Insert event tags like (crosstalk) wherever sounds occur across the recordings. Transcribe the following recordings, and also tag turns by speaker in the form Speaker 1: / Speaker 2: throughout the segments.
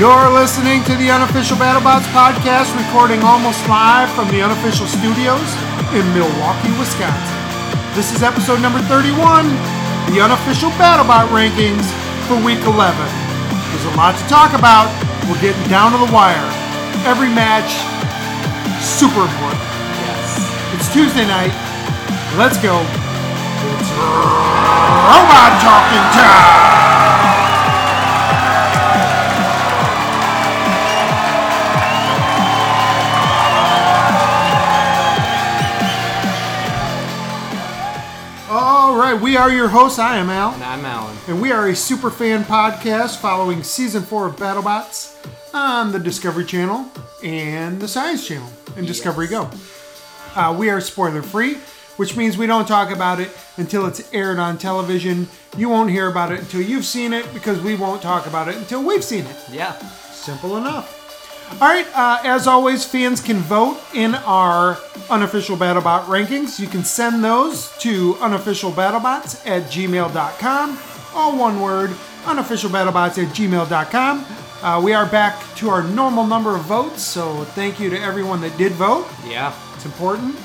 Speaker 1: You're listening to the Unofficial BattleBots podcast, recording almost live from the unofficial studios in Milwaukee, Wisconsin. This is episode number 31, the unofficial BattleBot rankings for week 11. There's a lot to talk about. We're getting down to the wire. Every match, super important.
Speaker 2: Yes.
Speaker 1: It's Tuesday night. Let's go. It's robot talking time. All right, we are your hosts. I am Al,
Speaker 2: And I'm Alan.
Speaker 1: and we are a super fan podcast following season four of BattleBots on the Discovery Channel and the Science Channel and Discovery
Speaker 2: Yes.
Speaker 1: Go. Uh, we are spoiler free, which means we don't talk about it until it's aired on television. You won't hear about it until you've seen it because we won't talk about it until we've seen it.
Speaker 2: Yeah.
Speaker 1: Simple enough. All right, uh, as always, fans can vote in our unofficial BattleBot rankings. You can send those to unofficialbattlebots at gmail.com. All one word, unofficialbattlebots at gmail.com. Uh, we are back to our normal number of votes, so thank you to everyone that did vote.
Speaker 2: Yeah.
Speaker 1: It's important.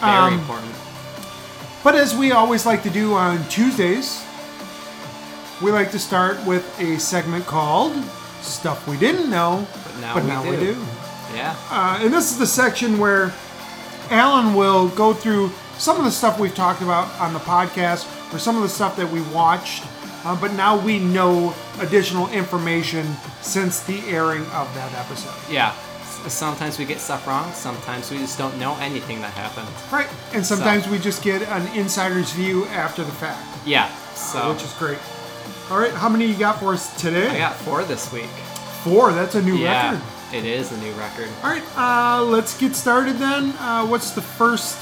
Speaker 2: Very
Speaker 1: Um,
Speaker 2: important.
Speaker 1: But as we always like to do on Tuesdays, we like to start with a segment called Stuff We Didn't Know,
Speaker 2: But now,
Speaker 1: but
Speaker 2: we,
Speaker 1: now
Speaker 2: do.
Speaker 1: we do.
Speaker 2: Yeah.
Speaker 1: Uh, and this is the section where Alan will go through some of the stuff we've talked about on the podcast or some of the stuff that we watched, uh, but now we know additional information since the airing of that episode.
Speaker 2: Yeah. S- Sometimes we get stuff wrong. Sometimes we just don't know anything that happened.
Speaker 1: Right. And sometimes we just get an insider's view after the fact,
Speaker 2: Yeah. So
Speaker 1: which is great. All right, how many you got for us today?
Speaker 2: Oh. I got four this week.
Speaker 1: Four. That's a new
Speaker 2: yeah.
Speaker 1: record.
Speaker 2: It is a new record.
Speaker 1: All right, uh, let's get started then. Uh, what's the first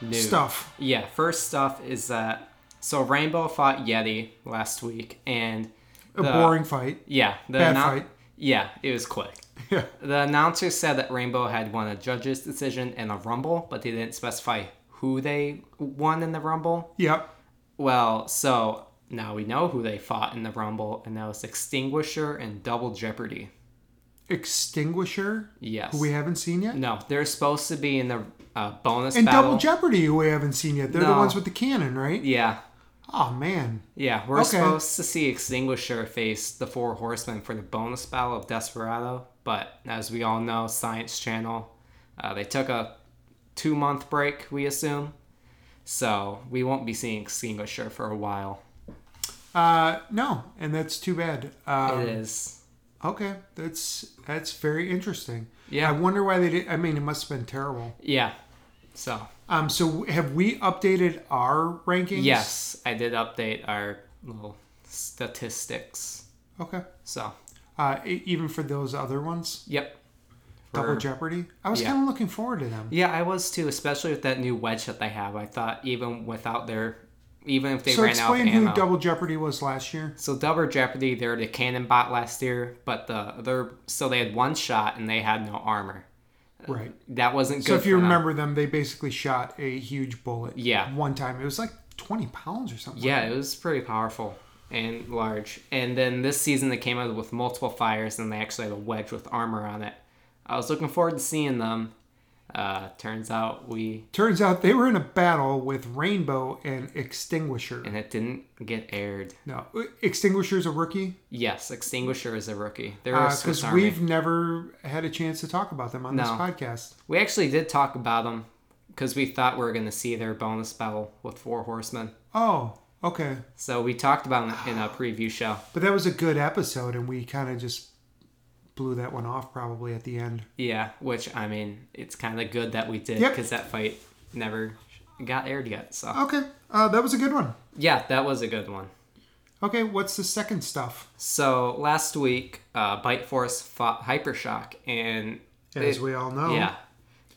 Speaker 2: New
Speaker 1: stuff?
Speaker 2: Yeah. First stuff is that so Rainbow fought Yeti last week and
Speaker 1: A
Speaker 2: the-
Speaker 1: boring fight.
Speaker 2: Yeah. The
Speaker 1: Bad
Speaker 2: annou-
Speaker 1: fight.
Speaker 2: Yeah. It was quick.
Speaker 1: (laughs) Yeah.
Speaker 2: The announcer said that Rainbow had won a judge's decision in a Rumble, but they didn't specify who they won in the Rumble.
Speaker 1: Yep.
Speaker 2: Well, so now we know who they fought in the Rumble, and that was Extinguisher and Double Jeopardy.
Speaker 1: Extinguisher,
Speaker 2: Yes.
Speaker 1: who we haven't seen yet.
Speaker 2: no, they're supposed to be in the uh, bonus
Speaker 1: And
Speaker 2: battle.
Speaker 1: Double Jeopardy, who we haven't seen yet. They're the
Speaker 2: No.
Speaker 1: ones with the cannon, right?
Speaker 2: Yeah.
Speaker 1: Oh, man.
Speaker 2: Yeah, we're
Speaker 1: Okay.
Speaker 2: supposed to see Extinguisher face the Four Horsemen for the bonus battle of Desperado, but as we all know, Science Channel, uh, they took a two month break, we assume. So we won't be seeing Extinguisher for a while.
Speaker 1: Uh, no, and that's too bad. Um,
Speaker 2: it is.
Speaker 1: okay, that's that's very interesting.
Speaker 2: Yeah.
Speaker 1: I wonder why they did. I mean, it must have been terrible.
Speaker 2: Yeah. So,
Speaker 1: Um, so have we updated our rankings?
Speaker 2: yes, I did update our little statistics.
Speaker 1: Okay.
Speaker 2: So,
Speaker 1: Uh, e- even for those other ones,
Speaker 2: yep.
Speaker 1: Double
Speaker 2: For-
Speaker 1: Jeopardy. I was
Speaker 2: Yeah.
Speaker 1: kind of looking forward to them.
Speaker 2: Yeah, I was too, especially with that new wedge that they have. I thought even without their, even if they
Speaker 1: So
Speaker 2: ran out of
Speaker 1: explain
Speaker 2: ammo.
Speaker 1: who Double Jeopardy was last year.
Speaker 2: So Double Jeopardy, they were the cannon bot last year, but the they're so they had one shot and they had no armor.
Speaker 1: Right.
Speaker 2: That wasn't Uh, good.
Speaker 1: So if you
Speaker 2: for them.
Speaker 1: remember them, they basically shot a huge bullet.
Speaker 2: Yeah.
Speaker 1: One time, it was like twenty pounds or something.
Speaker 2: yeah, it was pretty powerful and large. And then this season they came out with multiple fires and they actually had a wedge with armor on it. I was looking forward to seeing them. Uh, turns out we
Speaker 1: Turns out they were in a battle with Rainbow and Extinguisher.
Speaker 2: and it didn't get aired.
Speaker 1: No, uh, Extinguisher's a rookie
Speaker 2: Yes, Extinguisher is a rookie. They're a Swiss
Speaker 1: because
Speaker 2: Army.
Speaker 1: we've never had a chance to talk about them on this
Speaker 2: No.
Speaker 1: podcast.
Speaker 2: We actually did talk about them because we thought we were going to see their bonus battle with four horsemen.
Speaker 1: Oh, okay,
Speaker 2: So we talked about it in a preview show.
Speaker 1: but that was a good episode, and we kind of just blew that one off probably at the end.
Speaker 2: Yeah, which I mean, it's kind of good that we did
Speaker 1: Yep.
Speaker 2: because that fight never got aired yet. So
Speaker 1: Okay, uh, that was a good one.
Speaker 2: yeah, that was a good one.
Speaker 1: Okay, what's the second stuff?
Speaker 2: So last week, uh, Bite Force fought Hypershock, and
Speaker 1: As
Speaker 2: they-
Speaker 1: we all know,
Speaker 2: yeah,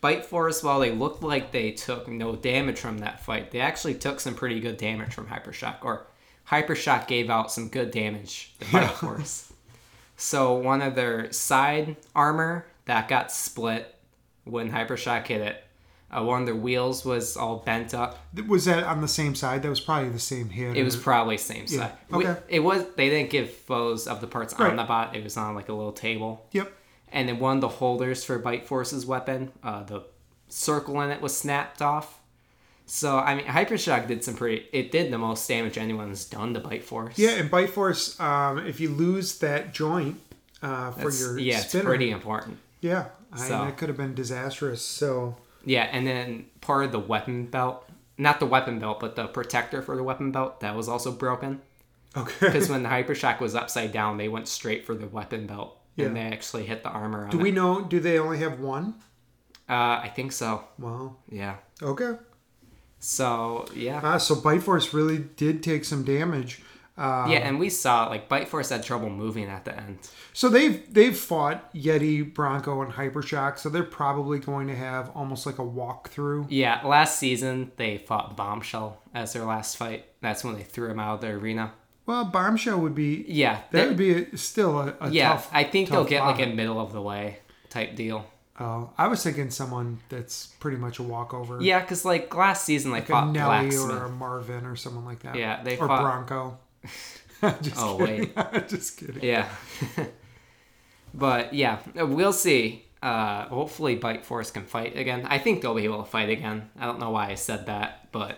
Speaker 2: Bite Force. While they looked like they took no damage from that fight, they actually took some pretty good damage from Hypershock, or Hypershock gave out some good damage to Bite Force. So one of their side armor that got split when Hypershock hit it. Uh, one of their wheels was all bent up.
Speaker 1: Was that on the same side? That was probably the same hit.
Speaker 2: It was probably same side. We-
Speaker 1: Mm-hmm. okay.
Speaker 2: it was. They didn't give photos of the parts
Speaker 1: Right.
Speaker 2: on the bot. It was on like a little table.
Speaker 1: Yep.
Speaker 2: And then one of the holders for Bite Force's weapon, uh, the circle in it was snapped off. So I mean, Hypershock did some pretty. It did the most damage anyone's done to Bite Force.
Speaker 1: Yeah, and Bite Force, um, if you lose that joint uh, for
Speaker 2: That's-
Speaker 1: your
Speaker 2: yeah,
Speaker 1: spinner,
Speaker 2: it's pretty important.
Speaker 1: yeah, I,
Speaker 2: So.
Speaker 1: that could have been disastrous. So
Speaker 2: Yeah, and then part of the weapon belt, not the weapon belt, but the protector for the weapon belt, that was also broken.
Speaker 1: okay,
Speaker 2: Because when the Hypershock was upside down, they went straight for the weapon belt, and they
Speaker 1: Yeah.
Speaker 2: actually hit the armor.
Speaker 1: (laughs)
Speaker 2: On
Speaker 1: do
Speaker 2: it.
Speaker 1: we know? Do they only have one?
Speaker 2: Uh, I think so.
Speaker 1: Wow.
Speaker 2: Yeah.
Speaker 1: Okay.
Speaker 2: So yeah,
Speaker 1: Ah, so Bite Force really did take some damage. Uh,
Speaker 2: yeah, and we saw like Bite Force had trouble moving at the end.
Speaker 1: so they've they've fought Yeti, Bronco, and Hypershock. So they're probably going to have almost like a walkthrough.
Speaker 2: Yeah, last season they fought Bombshell as their last fight. That's when they threw him out of the arena.
Speaker 1: Well, Bombshell would be
Speaker 2: Yeah,
Speaker 1: that
Speaker 2: they-
Speaker 1: would be a, still a, a
Speaker 2: yeah.
Speaker 1: tough.
Speaker 2: I think they'll
Speaker 1: tough
Speaker 2: get like
Speaker 1: bout.
Speaker 2: a middle of the way type deal.
Speaker 1: Oh, I was thinking someone that's pretty much a walkover.
Speaker 2: Yeah, because like last season they
Speaker 1: Hmm. a
Speaker 2: fought
Speaker 1: Nelly
Speaker 2: Blacksmith.
Speaker 1: or a Marvin or someone like that.
Speaker 2: Yeah, they
Speaker 1: or
Speaker 2: fought- (laughs)
Speaker 1: Bronco. just
Speaker 2: Oh,
Speaker 1: (laughs) kidding. just kidding.
Speaker 2: Yeah. (laughs) but yeah, we'll see. Uh, hopefully, Bite Force can fight again. I think they'll be able to fight again. I don't know why I said that, but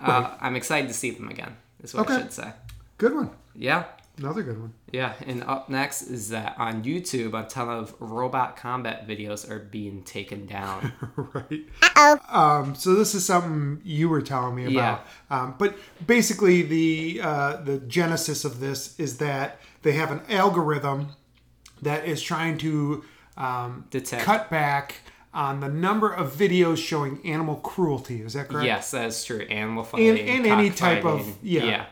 Speaker 2: uh, I'm excited to see them again, is what I
Speaker 1: Okay.
Speaker 2: should say.
Speaker 1: Good one.
Speaker 2: Yeah.
Speaker 1: Another good one.
Speaker 2: Yeah. And up next is that on YouTube, a ton of robot combat videos are being
Speaker 1: (laughs)
Speaker 2: taken down.
Speaker 1: right. Um, so this is something you were telling me about. Um, but basically, the uh, the genesis of this is that they have an algorithm that is trying to um,
Speaker 2: Detect.
Speaker 1: cut back on the number of videos showing animal cruelty. Is that correct?
Speaker 2: Yes, that's true. Animal fighting,
Speaker 1: and any type of-
Speaker 2: cockfighting.
Speaker 1: yeah.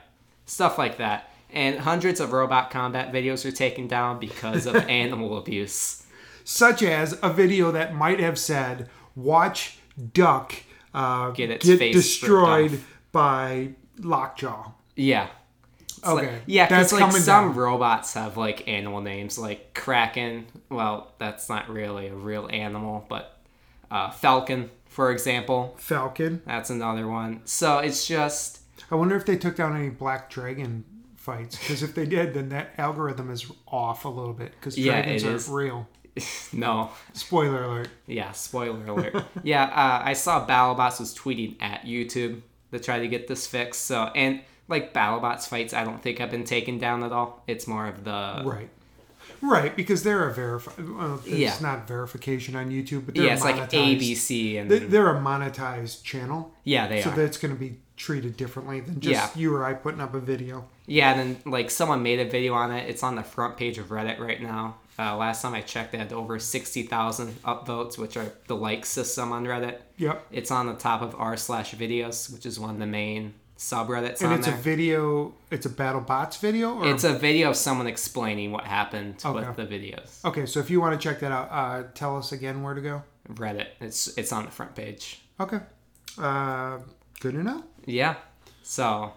Speaker 2: stuff like that. And hundreds of robot combat videos are taken down
Speaker 1: (laughs)
Speaker 2: because of animal abuse.
Speaker 1: such as a video that might have said, "Watch duck uh,
Speaker 2: Get its face
Speaker 1: destroyed
Speaker 2: ripped off."
Speaker 1: by lockjaw."
Speaker 2: Yeah. It's like-
Speaker 1: Okay,
Speaker 2: yeah,
Speaker 1: that's
Speaker 2: because like
Speaker 1: coming
Speaker 2: some
Speaker 1: down.
Speaker 2: robots have like animal names, like Kraken. Well, that's not really a real animal, but uh, Falcon, for example,
Speaker 1: Falcon.
Speaker 2: that's another one. So it's just
Speaker 1: I wonder if they took down any black dragon fights because if they did, then that algorithm is off a little bit because
Speaker 2: Yeah,
Speaker 1: dragons
Speaker 2: it
Speaker 1: aren't
Speaker 2: is.
Speaker 1: real.
Speaker 2: no.
Speaker 1: Spoiler alert.
Speaker 2: Yeah, spoiler
Speaker 1: (laughs)
Speaker 2: alert. yeah, uh, I saw BattleBots was tweeting at YouTube to try to get this fixed. So and like BattleBots fights, I don't think have been taken down at all. It's more of the
Speaker 1: Right. Right, because they're a verify. Well, it's
Speaker 2: Yeah.
Speaker 1: not verification on YouTube, but they're
Speaker 2: yeah, it's
Speaker 1: monetized.
Speaker 2: like ABC and
Speaker 1: They- They're a monetized channel.
Speaker 2: yeah, they
Speaker 1: so
Speaker 2: are.
Speaker 1: that's going to be treated differently than just
Speaker 2: Yeah.
Speaker 1: you or I putting up a video.
Speaker 2: Yeah, and then like someone made a video on it. It's on the front page of Reddit right now. Uh, last time I checked, they had over sixty thousand upvotes, which are the like system on Reddit.
Speaker 1: Yep.
Speaker 2: It's on the top of r slash videos, which is one of the main subreddits
Speaker 1: And
Speaker 2: on
Speaker 1: it's
Speaker 2: there.
Speaker 1: a video. It's a battle bots video. Or,
Speaker 2: it's a video of someone explaining what happened with
Speaker 1: Okay.
Speaker 2: the videos.
Speaker 1: okay. So if you want to check that out, uh, tell us again where to go.
Speaker 2: Reddit. It's it's on the front page.
Speaker 1: Okay. Uh, good to know.
Speaker 2: Yeah. So,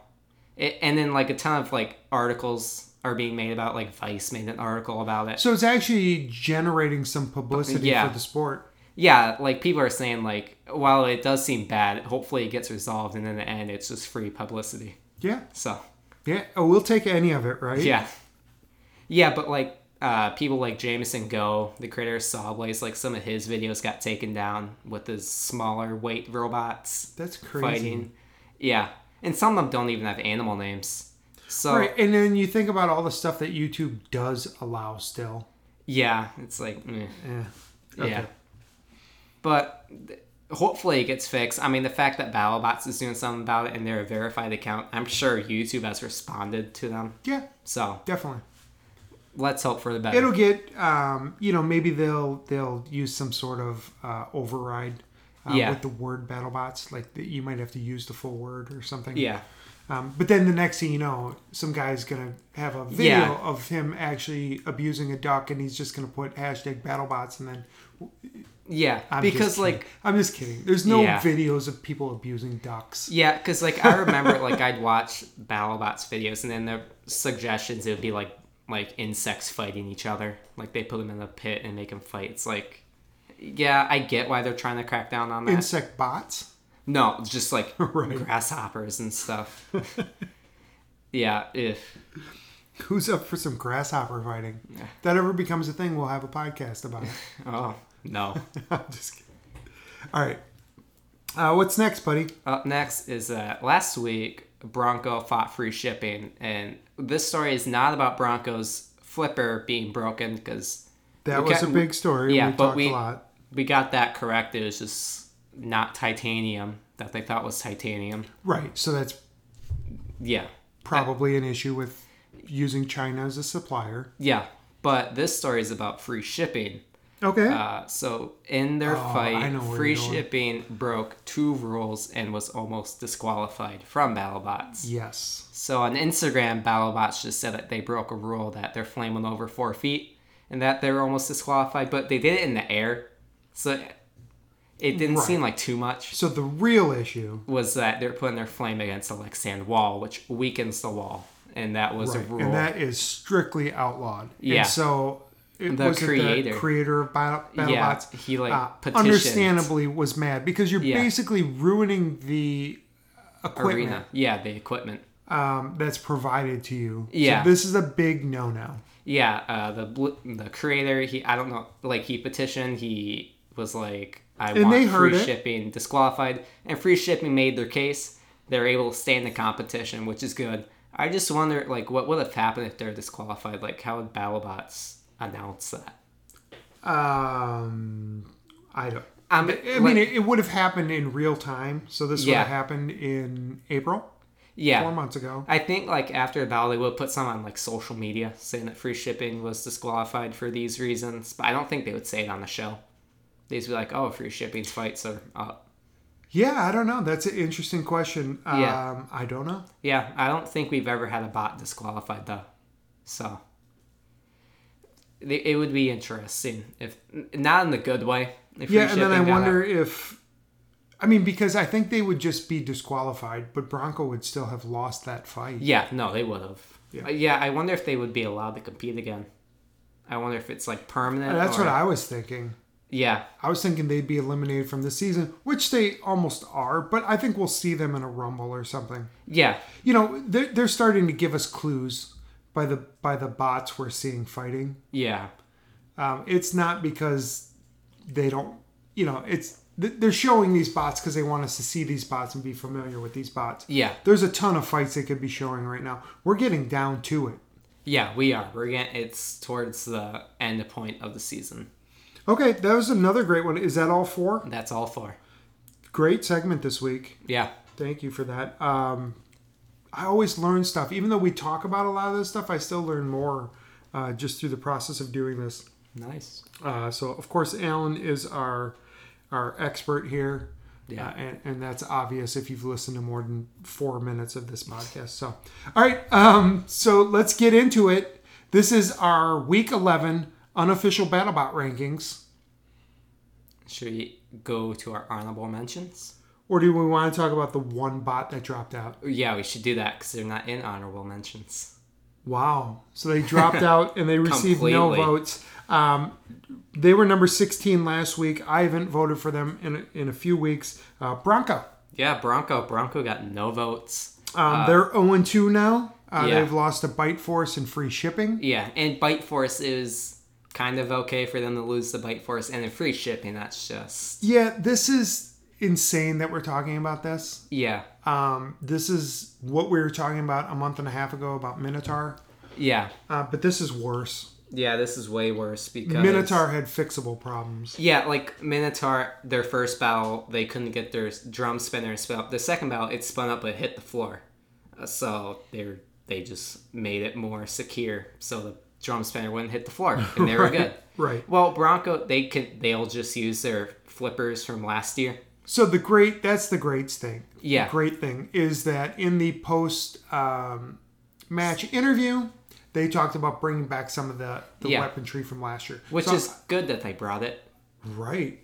Speaker 2: it, and then like a ton of like articles are being made about like Vice made an article about it.
Speaker 1: So it's actually generating some publicity
Speaker 2: Yeah.
Speaker 1: for the sport.
Speaker 2: yeah, like people are saying, like, while it does seem bad, hopefully it gets resolved, and in the end, it's just free publicity.
Speaker 1: Yeah.
Speaker 2: So,
Speaker 1: Yeah. Oh, we'll take any of it, right?
Speaker 2: yeah. Yeah, but like, uh, people like Jameson Go, the creator of Sawblaze, like some of his videos got taken down with his smaller weight robots
Speaker 1: That's crazy.
Speaker 2: fighting. Yeah. And some of them don't even have animal names. So,
Speaker 1: Right. And then you think about all the stuff that YouTube does allow still. Eh.
Speaker 2: yeah, it's like, meh.
Speaker 1: Yeah.
Speaker 2: Yeah. But th- hopefully it gets fixed. I mean, the fact that BattleBots is doing something about it and they're a verified account, I'm sure YouTube has responded to them.
Speaker 1: Yeah.
Speaker 2: So
Speaker 1: Definitely.
Speaker 2: let's hope for the better.
Speaker 1: It'll get, um, you know, maybe they'll they'll use some sort of uh, override uh,
Speaker 2: Yeah.
Speaker 1: with the word BattleBots. Like that, you might have to use the full word or something.
Speaker 2: yeah.
Speaker 1: Um, but then the next thing you know, some guy's gonna have a video
Speaker 2: Yeah.
Speaker 1: of him actually abusing a duck, and he's just gonna put hashtag BattleBots, and then
Speaker 2: Yeah.
Speaker 1: I'm just
Speaker 2: because,
Speaker 1: kidding.
Speaker 2: like,
Speaker 1: I'm just kidding. There's no
Speaker 2: Yeah.
Speaker 1: videos of people abusing ducks.
Speaker 2: yeah, because, like, I
Speaker 1: (laughs)
Speaker 2: remember, like, I'd watch BattleBots videos and then the suggestions, it would be like, like insects fighting each other. Like, they put them in a pit and make them fight. It's like, yeah, I get why they're trying to crack down on that.
Speaker 1: Insect bots. (laughs)
Speaker 2: No, it's just like
Speaker 1: Right.
Speaker 2: grasshoppers
Speaker 1: (laughs)
Speaker 2: and stuff. yeah, if
Speaker 1: Who's up for some grasshopper fighting? If that ever becomes a thing, we'll have a podcast about it.
Speaker 2: oh no.
Speaker 1: (laughs) I'm just kidding. All right. Uh, what's next, buddy?
Speaker 2: Up next is uh, last week Bronco fought free shipping, and this story is not about Bronco's flipper being broken because
Speaker 1: That
Speaker 2: We
Speaker 1: was a
Speaker 2: can't-
Speaker 1: big story.
Speaker 2: yeah,
Speaker 1: we
Speaker 2: but
Speaker 1: talked
Speaker 2: we-
Speaker 1: a lot.
Speaker 2: we got that correct. It was just not titanium that they thought was titanium.
Speaker 1: Right. So that's
Speaker 2: Yeah,
Speaker 1: probably an issue with using China as a supplier.
Speaker 2: yeah. But this story is about free shipping.
Speaker 1: Okay.
Speaker 2: Uh, so in their
Speaker 1: Oh, I
Speaker 2: fight,
Speaker 1: know where
Speaker 2: free
Speaker 1: you're going.
Speaker 2: shipping broke two rules and was almost disqualified from BattleBots.
Speaker 1: yes.
Speaker 2: So on Instagram, BattleBots just said that they broke a rule that they're flaming over four feet and that they were almost disqualified, but they did it in the air. So it didn't
Speaker 1: Right.
Speaker 2: seem like too much.
Speaker 1: So the real issue.
Speaker 2: Was that they're putting their flame against a Lexan wall, which weakens the wall. And that was
Speaker 1: Right,
Speaker 2: a rule.
Speaker 1: and that is strictly outlawed.
Speaker 2: Yeah.
Speaker 1: And so it
Speaker 2: The
Speaker 1: was it
Speaker 2: creator.
Speaker 1: the creator of Battle, uh, BattleBots.
Speaker 2: Yeah, he, like, petitioned.
Speaker 1: understandably was mad because you're
Speaker 2: Yeah.
Speaker 1: basically ruining the equipment
Speaker 2: arena. Yeah, the equipment.
Speaker 1: um, that's provided to you. So
Speaker 2: Yeah.
Speaker 1: this is a big no-no.
Speaker 2: Yeah, uh, the bl- the creator, he I don't know, like he petitioned, he was like, I want
Speaker 1: they
Speaker 2: free
Speaker 1: heard it.
Speaker 2: shipping disqualified, and free shipping made their case. They're able to stay in the competition, which is good. I just wonder, like, what would have happened if they're disqualified? Like, how would BattleBots announce that?
Speaker 1: Um, I don't.
Speaker 2: I mean,
Speaker 1: I mean, it, it would have happened in real time. So this would
Speaker 2: Yeah.
Speaker 1: have happened in April, four
Speaker 2: yeah,
Speaker 1: months ago.
Speaker 2: I think like after a battle, they would put some on like social media saying that free shipping was disqualified for these reasons, but I don't think they would say it on the show. They'd just be like, "Oh, free shipping's fights are up."
Speaker 1: Yeah, I don't know. That's an interesting question. Um,
Speaker 2: Yeah.
Speaker 1: I don't know.
Speaker 2: Yeah, I don't think we've ever had a bot disqualified though. So it it would be interesting if n- not in the good way. If
Speaker 1: Yeah, and then I
Speaker 2: reshipping got
Speaker 1: wonder
Speaker 2: out.
Speaker 1: if, I mean, because I think they would just be disqualified, but Bronco would still have lost that fight.
Speaker 2: Yeah, no, they would have.
Speaker 1: Yeah.
Speaker 2: Yeah. yeah, I wonder if they would be allowed to compete again. I wonder if it's like permanent.
Speaker 1: That's
Speaker 2: or-
Speaker 1: what I was thinking.
Speaker 2: Yeah,
Speaker 1: I was thinking they'd be eliminated from the season, which they almost are, but I think we'll see them in a rumble or something.
Speaker 2: yeah,
Speaker 1: You know, they're, they're starting to give us clues by the by the bots we're seeing fighting.
Speaker 2: yeah,
Speaker 1: Um, it's not because they don't, you know, it's th- they're showing these bots because they want us to see these bots and be familiar with these bots.
Speaker 2: yeah,
Speaker 1: There's a ton of fights they could be showing right now. We're getting down to it.
Speaker 2: yeah. We are. We're getting. It's towards the end point of the season.
Speaker 1: Okay, that was another great one. Is that all four?
Speaker 2: That's all for.
Speaker 1: Great segment this week.
Speaker 2: Yeah,
Speaker 1: Thank you for that. Um, I always learn stuff. Even though we talk about a lot of this stuff, I still learn more uh, just through the process of doing this.
Speaker 2: nice.
Speaker 1: Uh, so of course, Alan is our our expert here.
Speaker 2: Yeah.
Speaker 1: Uh, and, and that's obvious if you've listened to more than four minutes of this podcast. So, all right, um, so let's get into it. This is our week 11 unofficial BattleBot rankings.
Speaker 2: Should we go to our honorable mentions?
Speaker 1: Or do we want to talk about the one bot that dropped out?
Speaker 2: Yeah, we should do that because they're not in honorable mentions.
Speaker 1: Wow. So they
Speaker 2: (laughs)
Speaker 1: dropped out and they received no
Speaker 2: Completely.
Speaker 1: votes. Um, they were number 16 last week. I haven't voted for them in a, in a few weeks. Uh, Bronco.
Speaker 2: Yeah, Bronco. Bronco got no votes.
Speaker 1: Um, they're 0 2 now. Uh,
Speaker 2: Uh, yeah.
Speaker 1: They've lost to Bite Force and free shipping.
Speaker 2: Yeah, and Bite Force is kind of okay for them to lose the Bite Force and the free shipping. That's just
Speaker 1: Yeah, this is insane that we're talking about this.
Speaker 2: yeah,
Speaker 1: Um, this is what we were talking about a month and a half ago about Minotaur,
Speaker 2: yeah,
Speaker 1: uh, but this is worse.
Speaker 2: yeah. This is way worse because
Speaker 1: Minotaur had fixable problems.
Speaker 2: Yeah, like Minotaur, their first battle, they couldn't get their drum spinner to spin up. The second battle, it spun up but hit the floor, Uh, so they were- they just made it more secure so the drum spinner wouldn't hit the
Speaker 1: (laughs)
Speaker 2: floor, and they were good.
Speaker 1: Right.
Speaker 2: Well, Bronco, they can they'll just use their flippers from last year.
Speaker 1: So the great that's the great thing.
Speaker 2: Yeah.
Speaker 1: The great thing is that in the post um, match interview, they talked about bringing back some of the, the
Speaker 2: Yeah.
Speaker 1: weaponry from last year,
Speaker 2: Which
Speaker 1: So-
Speaker 2: is good that they brought it.
Speaker 1: right.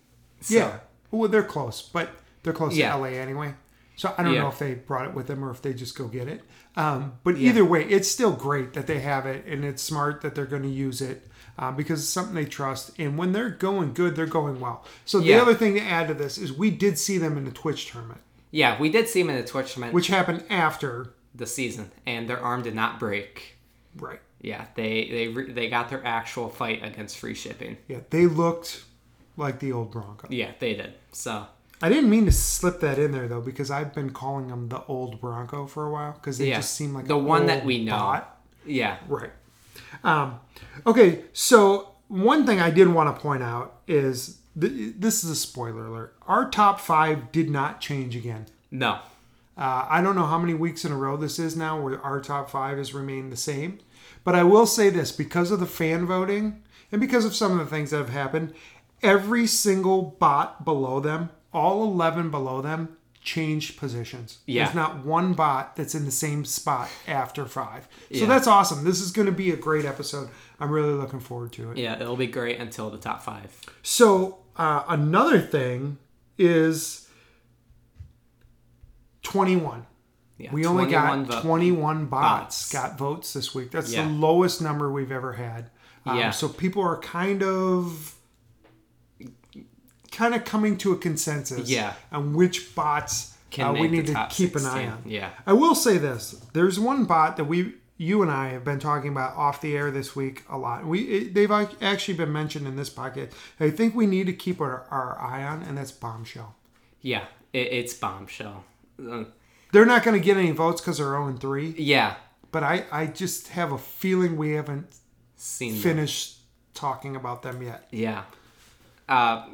Speaker 1: Yeah. Well, they're close, but they're close
Speaker 2: Yeah.
Speaker 1: to LA anyway. So I don't
Speaker 2: Yeah.
Speaker 1: know if they brought it with them or if they just go get it. Um, but
Speaker 2: Yeah.
Speaker 1: either way, it's still great that they have it, and it's smart that they're going to use it uh, because it's something they trust. And when they're going good, they're going well. So the
Speaker 2: Yeah.
Speaker 1: other thing to add to this is we did see them in the Twitch tournament,
Speaker 2: Yeah, we did see him in the Twitch tournament
Speaker 1: which happened after.
Speaker 2: the season, and their arm did not break.
Speaker 1: Right.
Speaker 2: Yeah, they they re- they got their actual fight against free shipping.
Speaker 1: Yeah, they looked like the old Bronco.
Speaker 2: Yeah, they did. So
Speaker 1: I didn't mean to slip that in there though, because I've been calling them the old Bronco for a while because they
Speaker 2: Yeah.
Speaker 1: just seem like
Speaker 2: The
Speaker 1: an
Speaker 2: one that
Speaker 1: old
Speaker 2: we know. yeah,
Speaker 1: Right. Um, okay, so one thing I did want to point out is th- this is a spoiler alert. Our top five did not change again.
Speaker 2: no,
Speaker 1: Uh, I don't know how many weeks in a row this is now where our top five has remained the same. But I will say this because of the fan voting and because of some of the things that have happened, every single bot below them, all 11 below them, changed positions.
Speaker 2: Yeah.
Speaker 1: There's not one bot that's in the same spot after five. So
Speaker 2: Yeah.
Speaker 1: that's awesome. This is going to be a great episode. I'm really looking forward to it.
Speaker 2: yeah, it'll be great until the top five.
Speaker 1: So uh, another thing is 21.
Speaker 2: Yeah,
Speaker 1: We only
Speaker 2: 21
Speaker 1: got
Speaker 2: vote.
Speaker 1: 21 bots,
Speaker 2: Bots.
Speaker 1: got votes this week. That's
Speaker 2: Yeah.
Speaker 1: the lowest number we've ever had. Um,
Speaker 2: Yeah.
Speaker 1: So people are kind of kind of coming to a consensus
Speaker 2: Yeah.
Speaker 1: on which bots
Speaker 2: Can
Speaker 1: uh, we
Speaker 2: make the
Speaker 1: need to
Speaker 2: top
Speaker 1: keep an eye
Speaker 2: 16.
Speaker 1: on.
Speaker 2: Yeah.
Speaker 1: I will say this: there's one bot that we, you and I, have been talking about off the air this week a lot. We it, they've ac- actually been mentioned in this pocket. I think we need to keep our, our eye on, and that's Bombshell.
Speaker 2: Yeah, it, it's bombshell. Uh,
Speaker 1: They're not going to get any votes because they're 0 and 3,
Speaker 2: yeah,
Speaker 1: but I, I just have a feeling we haven't
Speaker 2: seen. them.
Speaker 1: finished talking about them yet.
Speaker 2: Yeah, uh,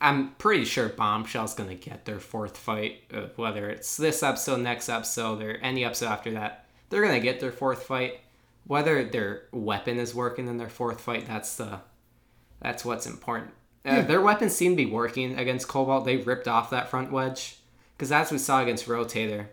Speaker 2: I'm pretty sure bombshell's gonna get their fourth fight, uh, whether it's this episode, next episode, or any episode after that. They're gonna get their fourth fight. Whether their weapon is working in their fourth fight, that's the that's what's important. Uh, Their weapons seem to be working against Cobalt. They ripped off that front wedge because as we saw against Rotator,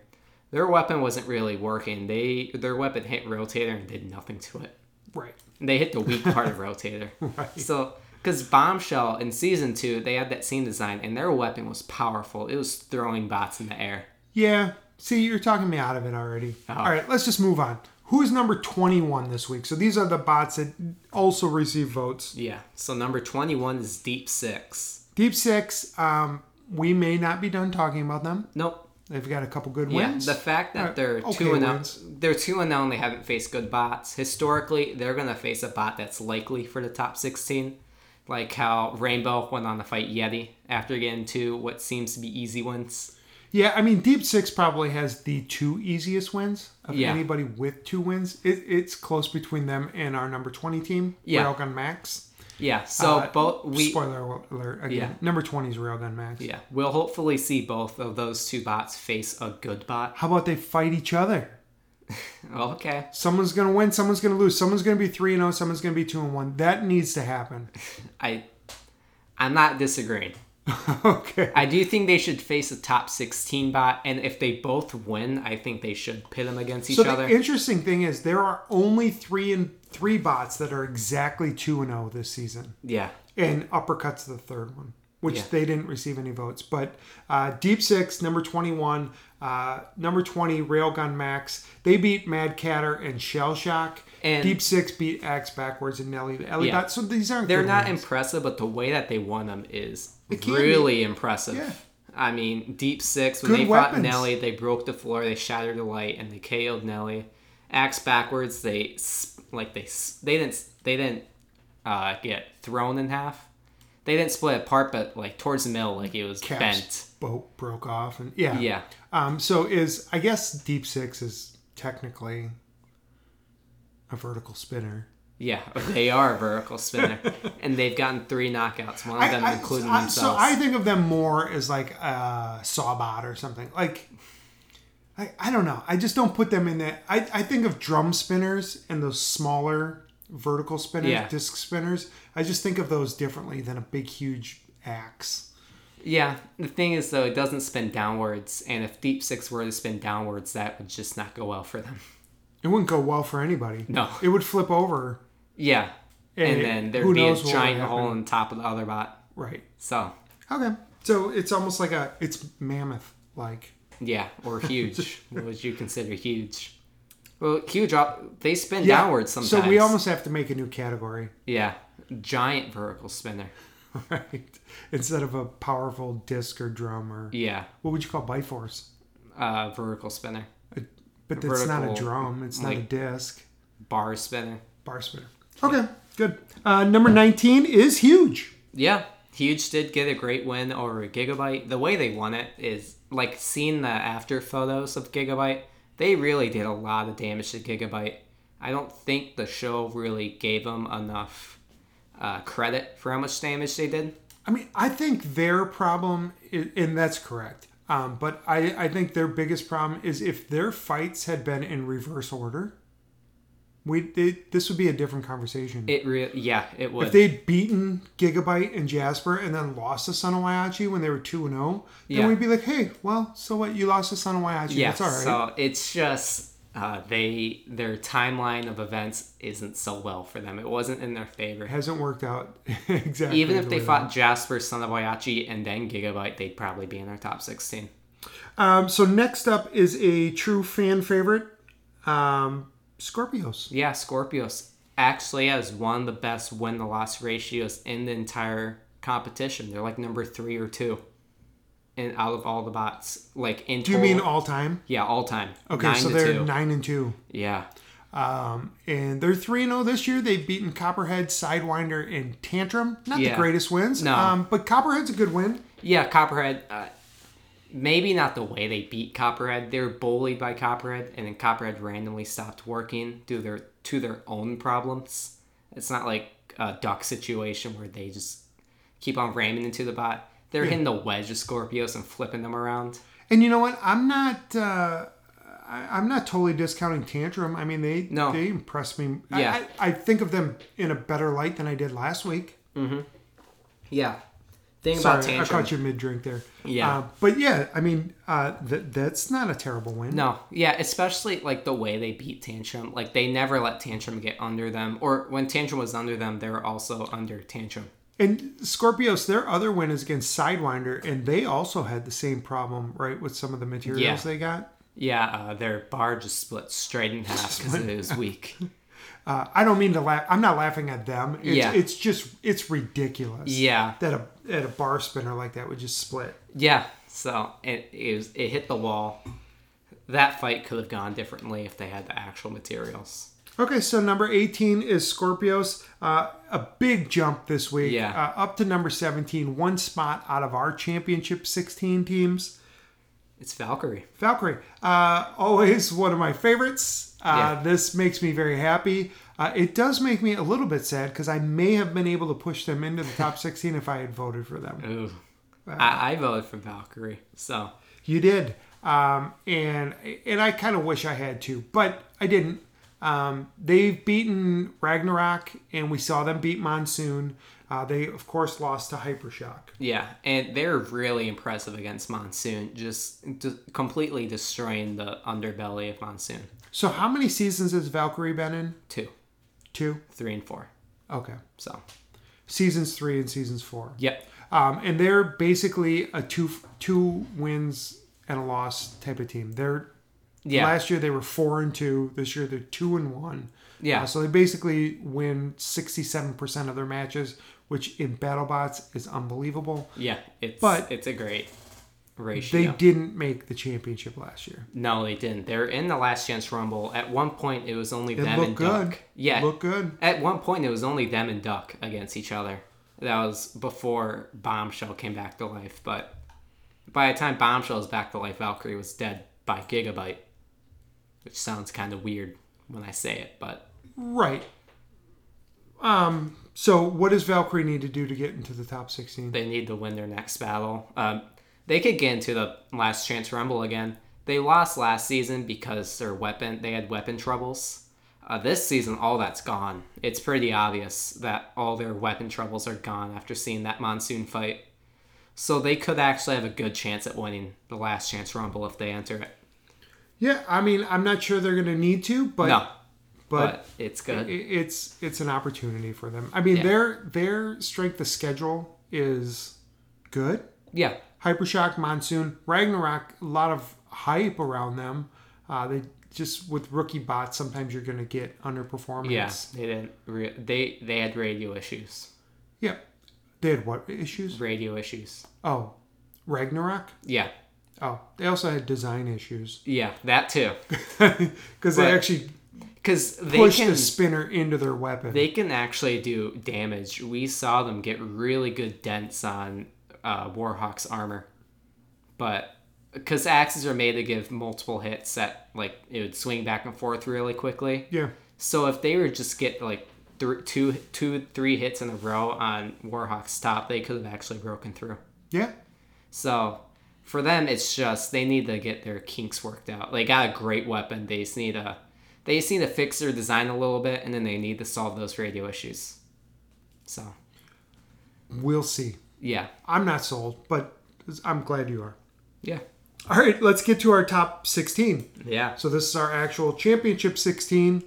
Speaker 2: their weapon wasn't really working. They their weapon hit Rotator and did nothing to it.
Speaker 1: Right.
Speaker 2: They hit the weak
Speaker 1: (laughs)
Speaker 2: part of Rotator. So, because Bombshell in season two, they had that scene design, and their weapon was powerful. It was throwing bots in the air.
Speaker 1: Yeah. See, you're talking me out of it already.
Speaker 2: Oh.
Speaker 1: All right, let's just move on. Who is number 21 this week? So these are the bots that also receive votes.
Speaker 2: Yeah. So number twenty-one is Deep Six.
Speaker 1: Deep Six, um, we may not be done talking about them.
Speaker 2: Nope.
Speaker 1: They've got a couple good
Speaker 2: Yeah.
Speaker 1: wins.
Speaker 2: The fact that they're
Speaker 1: okay,
Speaker 2: two and
Speaker 1: wins.
Speaker 2: out, they're two and out, and they haven't faced good bots. Historically, they're gonna face a bot that's likely for the top sixteen, like how Rainbow went on to fight Yeti after getting two what seems to be easy wins.
Speaker 1: yeah, I mean, Deep Six probably has the two easiest wins of
Speaker 2: Yeah.
Speaker 1: anybody with two wins. It, it's close between them and our number 20 team,
Speaker 2: Yeah.
Speaker 1: Railgun Max.
Speaker 2: Yeah. So
Speaker 1: Uh,
Speaker 2: both we
Speaker 1: Spoiler alert again.
Speaker 2: Yeah.
Speaker 1: Number 20 is Railgun Max.
Speaker 2: Yeah, we'll hopefully see both of those two bots face a good bot.
Speaker 1: How about they fight each other?
Speaker 2: Okay.
Speaker 1: Someone's gonna win. Someone's gonna lose. Someone's gonna be three and zero. Someone's gonna be two and one. That needs to happen. (laughs)
Speaker 2: I I'm not disagreeing.
Speaker 1: okay.
Speaker 2: I do think they should face a top 16 bot and if they both win, I think they should pit them against each
Speaker 1: So
Speaker 2: other.
Speaker 1: the interesting thing is there are only three and three bots that are exactly two and zero this season,
Speaker 2: yeah.
Speaker 1: and uppercuts the third one, which
Speaker 2: Yeah.
Speaker 1: they didn't receive any votes. But uh, deep six, number twenty one, uh, number twenty, Railgun Max. They beat Mad Catter and Shell Shock.
Speaker 2: And-
Speaker 1: deep six beat Axe backwards and Nelly. Ellie
Speaker 2: Yeah.
Speaker 1: Dot. So these aren't.
Speaker 2: They're
Speaker 1: good
Speaker 2: not
Speaker 1: wins.
Speaker 2: impressive, but the way that they won them is
Speaker 1: can be.
Speaker 2: really impressive.
Speaker 1: Yeah.
Speaker 2: I mean, Deep Six, when
Speaker 1: Good
Speaker 2: they fought
Speaker 1: weapons.
Speaker 2: Nelly, they broke the floor, they shattered the light, and they KO'd Nelly. Axe backwards, they s- like they s- they didn't s- they didn't uh, get thrown in half. They didn't split apart, but like towards the middle, like it was
Speaker 1: Cap's
Speaker 2: bent.
Speaker 1: boat broke off, and
Speaker 2: Yeah,
Speaker 1: Um, so is I guess Deep Six is technically a vertical spinner.
Speaker 2: yeah, they are a
Speaker 1: (laughs)
Speaker 2: vertical spinner, and they've gotten three knockouts. One of them
Speaker 1: I- I-
Speaker 2: including
Speaker 1: I- so
Speaker 2: themselves.
Speaker 1: I think of them more as like a sawbot or something. Like I, I don't know. I just don't put them in that. I, I think of drum spinners and those smaller vertical spinners,
Speaker 2: Yeah.
Speaker 1: disc spinners. I just think of those differently than a big huge axe.
Speaker 2: Yeah, the thing is though, it doesn't spin downwards, and if Deep Six were to spin downwards, that would just not go well for them. (laughs)
Speaker 1: It wouldn't go well for anybody.
Speaker 2: No.
Speaker 1: it would flip over.
Speaker 2: Yeah, and,
Speaker 1: And
Speaker 2: then
Speaker 1: who
Speaker 2: there'd be a
Speaker 1: knows what would
Speaker 2: giant
Speaker 1: happen.
Speaker 2: hole in the top of the other bot.
Speaker 1: Right.
Speaker 2: So
Speaker 1: Okay. So it's almost like a it's mammoth like.
Speaker 2: Yeah,
Speaker 1: (laughs)
Speaker 2: or huge. what would you consider huge? Well, huge. op- They spin
Speaker 1: Yeah.
Speaker 2: downwards sometimes.
Speaker 1: So we almost have to make a new category, (laughs)
Speaker 2: yeah, giant vertical spinner.
Speaker 1: right? Instead of a powerful disc or drum or
Speaker 2: Yeah,
Speaker 1: what would you call biforce?
Speaker 2: uh, vertical spinner,
Speaker 1: But that's not a
Speaker 2: Vertical,
Speaker 1: drum. It's not a
Speaker 2: like-
Speaker 1: disc.
Speaker 2: bar spinner.
Speaker 1: Bar spinner. Okay, good. Uh, number nineteen is huge.
Speaker 2: Yeah, Huge did get a great win over Gigabyte. The way they won it is like seeing the after photos of Gigabyte, they really did a lot of damage to Gigabyte. I don't think the show really gave them enough uh, credit for how much damage they did.
Speaker 1: I mean, I think their problem, i- and that's correct. Um, but I, I think their biggest problem is if their fights had been in reverse order, we it, this would be a different conversation.
Speaker 2: It really, yeah, it would.
Speaker 1: if they'd beaten Gigabyte and Jasper and then lost to Sanawayachi when they were 2 and 0, then
Speaker 2: Yeah.
Speaker 1: we'd be like, hey, well, so what? You lost to Sanawayachi.
Speaker 2: yeah,
Speaker 1: That's all right.
Speaker 2: so it's just uh, they their timeline of events isn't so well for them. It wasn't in their favor.
Speaker 1: it hasn't worked out (laughs) exactly.
Speaker 2: Even if
Speaker 1: the
Speaker 2: they
Speaker 1: way
Speaker 2: fought Jasper, Son of Boyachi, and then Gigabyte, they'd probably be in their top 16.
Speaker 1: Um, so next up is a true fan favorite, um, Scorpios.
Speaker 2: Yeah, Scorpios actually has one of the best win to loss ratios in the entire competition. They're like number three or two, and out of all the bots, like in
Speaker 1: Do you mean all time?
Speaker 2: yeah all time?
Speaker 1: Okay,
Speaker 2: Oh. nine
Speaker 1: so
Speaker 2: to
Speaker 1: they're
Speaker 2: two.
Speaker 1: nine and two,
Speaker 2: yeah,
Speaker 1: and they're three and zero this year. They've beaten Copperhead, Sidewinder, and Tantrum. Not the
Speaker 2: Yeah.
Speaker 1: greatest wins,
Speaker 2: No.
Speaker 1: um, but Copperhead's a good win.
Speaker 2: yeah. Copperhead, uh, maybe not the way they beat Copperhead. They were bullied by Copperhead, and then Copperhead randomly stopped working due their to their own problems. It's not like a duck situation where they just keep on ramming into the bot. They're hitting the wedge of Scorpios and flipping them around.
Speaker 1: And you know what? I'm not. Uh, I, I'm not totally discounting Tantrum. I mean, they
Speaker 2: No.
Speaker 1: they impressed me. I-
Speaker 2: Yeah.
Speaker 1: I, I think of them in a better light than I did last week.
Speaker 2: Yeah. Thing about
Speaker 1: Sorry, I
Speaker 2: tantrum.
Speaker 1: caught you mid drink there.
Speaker 2: Yeah.
Speaker 1: Uh, but yeah, I mean, uh, th- that's not a terrible win.
Speaker 2: No, yeah, especially like the way they beat Tantrum. Like they never let Tantrum get under them. Or when Tantrum was under them, they were also under Tantrum.
Speaker 1: And Scorpios, their other win is against Sidewinder, and they also had the same problem, right, with some of the materials
Speaker 2: Yeah.
Speaker 1: they got.
Speaker 2: Yeah, uh, their bar just split straight in half because it was weak.
Speaker 1: Uh, I don't mean to laugh. I'm not laughing at them. It's,
Speaker 2: Yeah.
Speaker 1: it's just it's ridiculous.
Speaker 2: Yeah,
Speaker 1: That a that a bar spinner like that would just split.
Speaker 2: yeah. So it it, was, it hit the wall. That fight could have gone differently if they had the actual materials.
Speaker 1: Okay, so number 18 is Scorpios. Uh, a big jump this week.
Speaker 2: Yeah.
Speaker 1: Uh, up to number 17, one spot out of our championship 16 teams.
Speaker 2: It's Valkyrie.
Speaker 1: Valkyrie, uh, always one of my favorites. Uh,
Speaker 2: Yeah.
Speaker 1: This makes me very happy. Uh, it does make me a little bit sad because I may have been able to push them into the top 16 if I had voted for them.
Speaker 2: Ooh. I, I voted for Valkyrie. So
Speaker 1: You did, um, and and I kind of wish I had to, but I didn't. Um, they've beaten Ragnarok, and we saw them beat Monsoon. Uh, they of course lost to Hypershock.
Speaker 2: Yeah, and they're really impressive against Monsoon, just d- completely destroying the underbelly of Monsoon.
Speaker 1: So how many seasons has Valkyrie been in?
Speaker 2: Two,
Speaker 1: Two.
Speaker 2: three, and four.
Speaker 1: Okay,
Speaker 2: So,
Speaker 1: seasons three and seasons four.
Speaker 2: yep.
Speaker 1: Um, and they're basically a two two wins and a loss type of team. They're
Speaker 2: Yeah.
Speaker 1: last year they were four and two. This year they're two and one.
Speaker 2: Yeah.
Speaker 1: Uh, so they basically win sixty seven percent of their matches, which in BattleBots is unbelievable.
Speaker 2: yeah, it's
Speaker 1: but-
Speaker 2: it's a great
Speaker 1: They
Speaker 2: ratio.
Speaker 1: didn't make the championship last year.
Speaker 2: no, they didn't. They're in the last chance rumble. At one point, it was only
Speaker 1: It
Speaker 2: them
Speaker 1: looked
Speaker 2: and
Speaker 1: good.
Speaker 2: Duck. Yeah.
Speaker 1: looked good.
Speaker 2: At one point, it was only them and Duck against each other. That was before Bombshell came back to life. But by the time Bombshell was back to life, Valkyrie was dead by Gigabyte, which sounds kind of weird when I say it. But
Speaker 1: Right. Um. So what does Valkyrie need to do to get into the top sixteen?
Speaker 2: they need to win their next battle. Um, they could get into the Last Chance Rumble again. They lost last season because their weapon they had weapon troubles. Uh, this season, all that's gone. It's pretty obvious that all their weapon troubles are gone after seeing that monsoon fight. So they could actually have a good chance at winning the Last Chance Rumble if they enter it.
Speaker 1: yeah. I mean, I'm not sure they're going to need to, but
Speaker 2: No,
Speaker 1: but
Speaker 2: but it's good.
Speaker 1: it- it's it's an opportunity for them. I mean, their their strength of schedule is good.
Speaker 2: yeah,
Speaker 1: Hypershock, Monsoon, Ragnarok, a lot of hype around them. Uh, they just with rookie bots, sometimes you're going to get underperformance.
Speaker 2: Yeah, they didn't. Re- they they had radio issues.
Speaker 1: Yeah. They had what issues?
Speaker 2: Radio issues.
Speaker 1: Oh, Ragnarok.
Speaker 2: Yeah,
Speaker 1: Oh, they also had design issues (laughs)
Speaker 2: yeah, that too.
Speaker 1: because they
Speaker 2: But
Speaker 1: actually
Speaker 2: Because they
Speaker 1: pushed
Speaker 2: can
Speaker 1: the spinner into their weapon.
Speaker 2: they can actually do damage. We saw them get really good dents on uh, Warhawk's armor, but because axes are made to give multiple hits, that like it would swing back and forth really quickly.
Speaker 1: yeah,
Speaker 2: So if they were just get like th- two, two, three hits in a row on Warhawk's top, they could have actually broken through.
Speaker 1: yeah,
Speaker 2: So for them, it's just they need to get their kinks worked out. They got a great weapon. They just need to they just need to fix their design a little bit, and then they need to solve those radio issues. So
Speaker 1: we'll see.
Speaker 2: yeah,
Speaker 1: I'm not sold, but I'm glad you are.
Speaker 2: yeah,
Speaker 1: All right, let's get to our top 16.
Speaker 2: yeah.
Speaker 1: So this is our actual championship 16.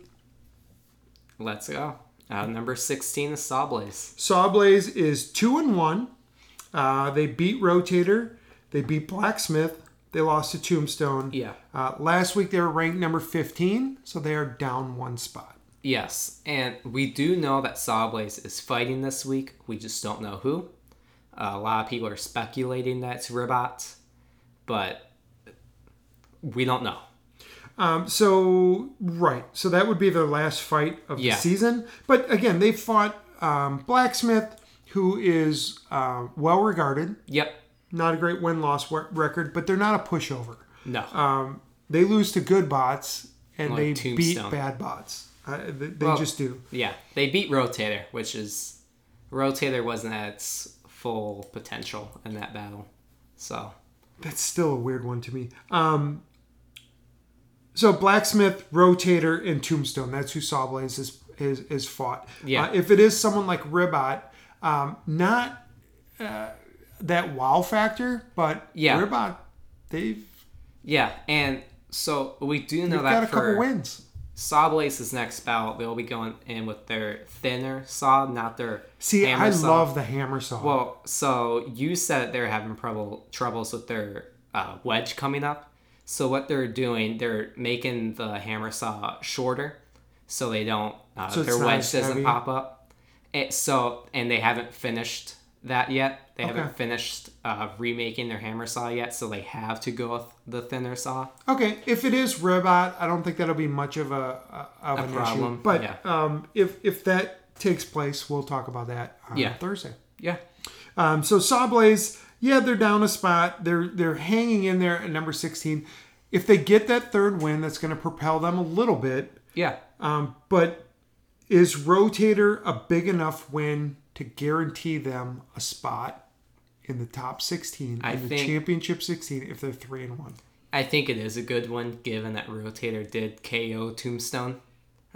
Speaker 2: Let's go. Uh, number sixteen is Sawblaze.
Speaker 1: Sawblaze is two and one. Uh, they beat Rotator. They beat Blacksmith. They lost to Tombstone.
Speaker 2: Yeah.
Speaker 1: Uh, last week they were ranked number 15, so they are down one spot.
Speaker 2: Yes, and we do know that Sawblaze is fighting this week. We just don't know who. Uh, a lot of people are speculating that it's Ribot, but we don't know.
Speaker 1: Um, so right, so that would be their last fight of
Speaker 2: Yeah.
Speaker 1: the season. But again, they fought um, Blacksmith, who is uh, well regarded.
Speaker 2: Yep.
Speaker 1: Not a great win loss record, but they're not a pushover.
Speaker 2: No.
Speaker 1: Um, they lose to good bots and
Speaker 2: Like
Speaker 1: they beat
Speaker 2: Tombstone.
Speaker 1: bad bots. Uh, they they
Speaker 2: Well-
Speaker 1: just do.
Speaker 2: Yeah, they beat Rotator, which is Rotator wasn't at its full potential in that battle. So
Speaker 1: That's still a weird one to me. Um, so blacksmith, rotator, and tombstone. That's who Sawblaze is is, is fought.
Speaker 2: Yeah.
Speaker 1: Uh, if it is someone like Ribot, um, not uh, that wow factor, but
Speaker 2: Yeah.
Speaker 1: Ribot, they've
Speaker 2: yeah, and so we do know
Speaker 1: got a
Speaker 2: that
Speaker 1: couple
Speaker 2: for
Speaker 1: wins.
Speaker 2: Sawblaze's next battle, they'll be going in with their thinner saw, not their
Speaker 1: See,
Speaker 2: hammer
Speaker 1: I
Speaker 2: saw.
Speaker 1: love the hammer saw.
Speaker 2: Well, so you said they're having trouble troubles with their uh, wedge coming up. So what they're doing, they're making the hammer saw shorter, so they don't uh,
Speaker 1: So it's
Speaker 2: their
Speaker 1: not
Speaker 2: wedge
Speaker 1: as
Speaker 2: doesn't
Speaker 1: heavy?
Speaker 2: pop up. It, so and they haven't finished that yet. They
Speaker 1: Okay.
Speaker 2: haven't finished uh, remaking their hammer saw yet, so they have to go with the thinner saw.
Speaker 1: Okay, if it is Ribot, I don't think that'll be much of a, a of an
Speaker 2: problem,
Speaker 1: issue. But
Speaker 2: yeah.
Speaker 1: um, if if that takes place, we'll talk about that on
Speaker 2: Yeah.
Speaker 1: Thursday.
Speaker 2: Yeah,
Speaker 1: Um, so Sawblaze, yeah, they're down a spot. They're they're hanging in there at number sixteen. If they get that third win, that's going to propel them a little bit.
Speaker 2: yeah.
Speaker 1: Um, but is Rotator a big enough win to guarantee them a spot in the top sixteen
Speaker 2: I
Speaker 1: in the
Speaker 2: think-
Speaker 1: championship sixteen if they're three and one?
Speaker 2: I think it is a good one, given that Rotator did KO Tombstone.